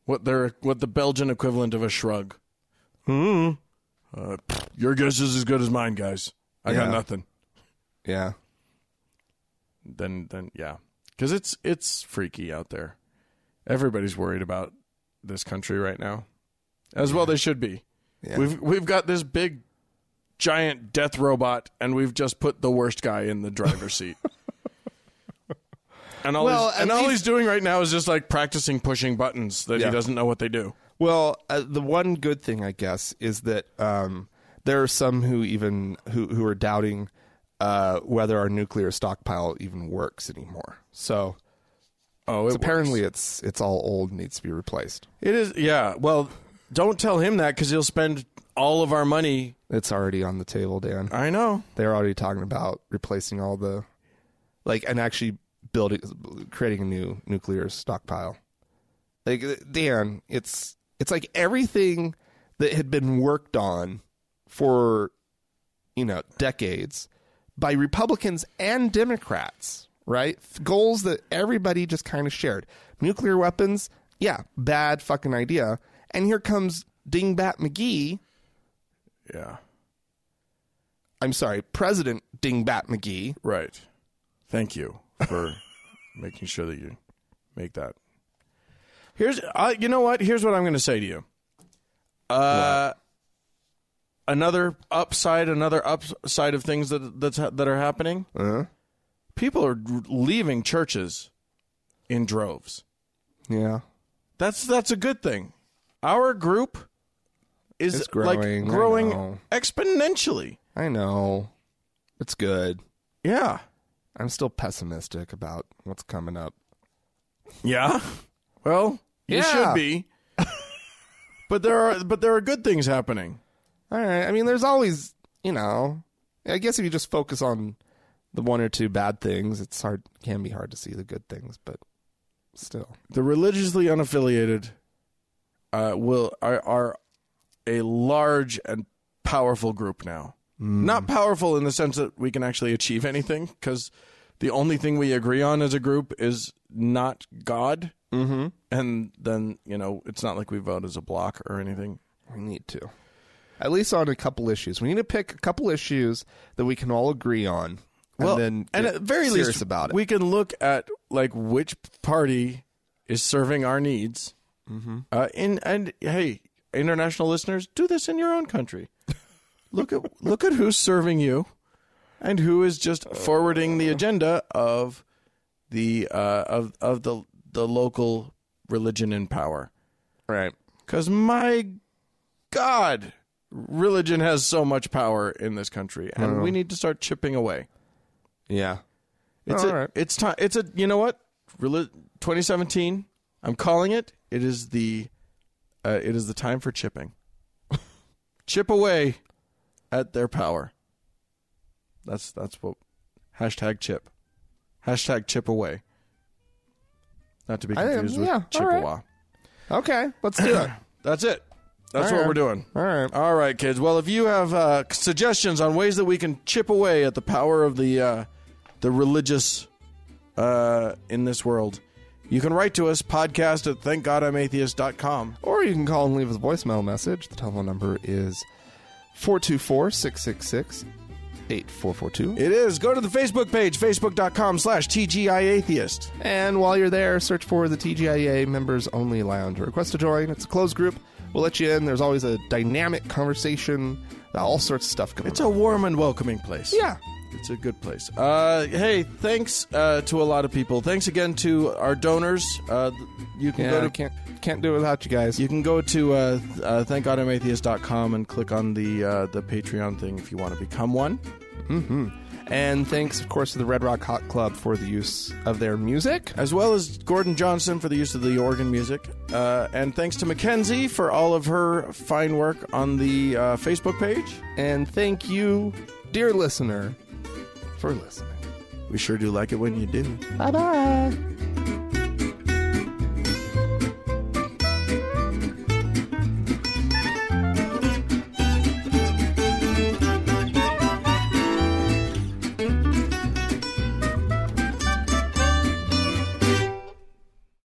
B: What their what the Belgian equivalent of a shrug. Hmm. Uh, pfft, your guess is as good as mine, guys. I got
A: Yeah.
B: nothing.
A: Yeah,
B: Then then yeah. Cuz it's it's freaky out there. Everybody's worried about this country right now. As well they should be.
A: yeah.
B: We've we've got this big giant death robot and we've just put the worst guy in the driver's seat. And all,
A: Well,
B: he's, and
A: at
B: all
A: least-
B: he's doing right now is just like practicing pushing buttons that
A: Yeah.
B: he doesn't know what they do.
A: well, uh, the one good thing I guess is that um, there are some who even who who are doubting uh, whether our nuclear stockpile even works anymore. So
B: Oh, it
A: apparently, it's it's all old and needs to be replaced.
B: it is. Yeah. Well, don't tell him that because he'll spend all of our money.
A: It's already on the table, Dan.
B: I know.
A: they're already talking about replacing all the like and actually building creating a new nuclear stockpile like dan it's it's like everything that had been worked on for you know decades by republicans and democrats right goals that everybody just kind of shared nuclear weapons yeah bad fucking idea and here comes dingbat mcgee
B: Yeah.
A: i'm sorry president dingbat mcgee
B: Right. Thank you for making sure that you make that. Here's, uh, you know what? Here's what I'm going to say to you. Uh, another upside, another upside of things that that's, that are happening.
A: uh
B: People are leaving churches in droves.
A: Yeah.
B: That's that's a good thing. Our group is
A: It's growing, I
B: like growing
A: know.
B: exponentially.
A: I know. It's good.
B: Yeah.
A: I'm still pessimistic about what's coming up.
B: Yeah. Well, you
A: Yeah.
B: should be. but there are but there are good things happening.
A: All right. I mean, there's always, you know, I guess if you just focus on the one or two bad things, it's hard can be hard to see the good things, but still.
B: The religiously unaffiliated uh, will are, are a large and powerful group now. Not powerful in the sense that we can actually achieve anything cuz the only thing we agree on as a group is not God. Mm-hmm. And then, you know, it's not like we vote as a block or anything.
A: We need to. At least on a couple issues. We need to pick a couple issues that we can all agree on and then
B: and
A: get
B: at very
A: serious
B: least
A: about it.
B: we can look at like which party is serving our needs
A: Mm-hmm.
B: uh, in and hey international listeners do this in your own country look at look at who's serving you and who is just forwarding the agenda of the uh, of of the the local religion in power
A: right.
B: because my god religion has so much power in this country and we need to start chipping away
A: Yeah.
B: it's
A: All
B: a,
A: right.
B: It's time. It's a. You know what? Reli- 2017. I'm calling it. It is the. Uh, it is the time for chipping. Chip away at their power. That's that's what. Hashtag chip. Hashtag chip away. Not to be
A: I think-
B: confused
A: yeah, all
B: with
A: right.
B: Chippewa.
A: Okay, let's do it.
B: That's it. That's
A: All
B: what
A: right.
B: we're doing.
A: All right.
B: All right, kids. Well, if you have uh, suggestions on ways that we can chip away at the power of the uh, the religious uh, in this world, you can write to us podcast at thankgodimatheist.com.
A: Or you can call and leave us a voicemail message. The telephone number is 424 666 8442.
B: It is. Go to the Facebook page, facebook.com slash TGI Atheist.
A: And while you're there, search for the TGIA Members Only Lounge. Request to join. It's a closed group. We'll let you in. There's always a dynamic conversation, all sorts of stuff going
B: It's
A: on.
B: a warm and welcoming place.
A: yeah.
B: It's a good place. Uh, hey, thanks uh, to a lot of people. Thanks again to our donors. Uh, th- you can
A: Yeah,
B: go to
A: I can't, can't do it without you guys.
B: you can go to uh, th- uh, thankgodimatheist.com and click on the uh, the Patreon thing if you want to become one.
A: And thanks, of course, to the Red Rock Hot Club for the use of their music.
B: as well as Gordon Johnson for the use of the organ music. Uh, and thanks to Mackenzie for all of her fine work on the uh, Facebook page.
A: And thank you, dear listener, for listening.
B: We sure do like it when you do.
A: Bye bye.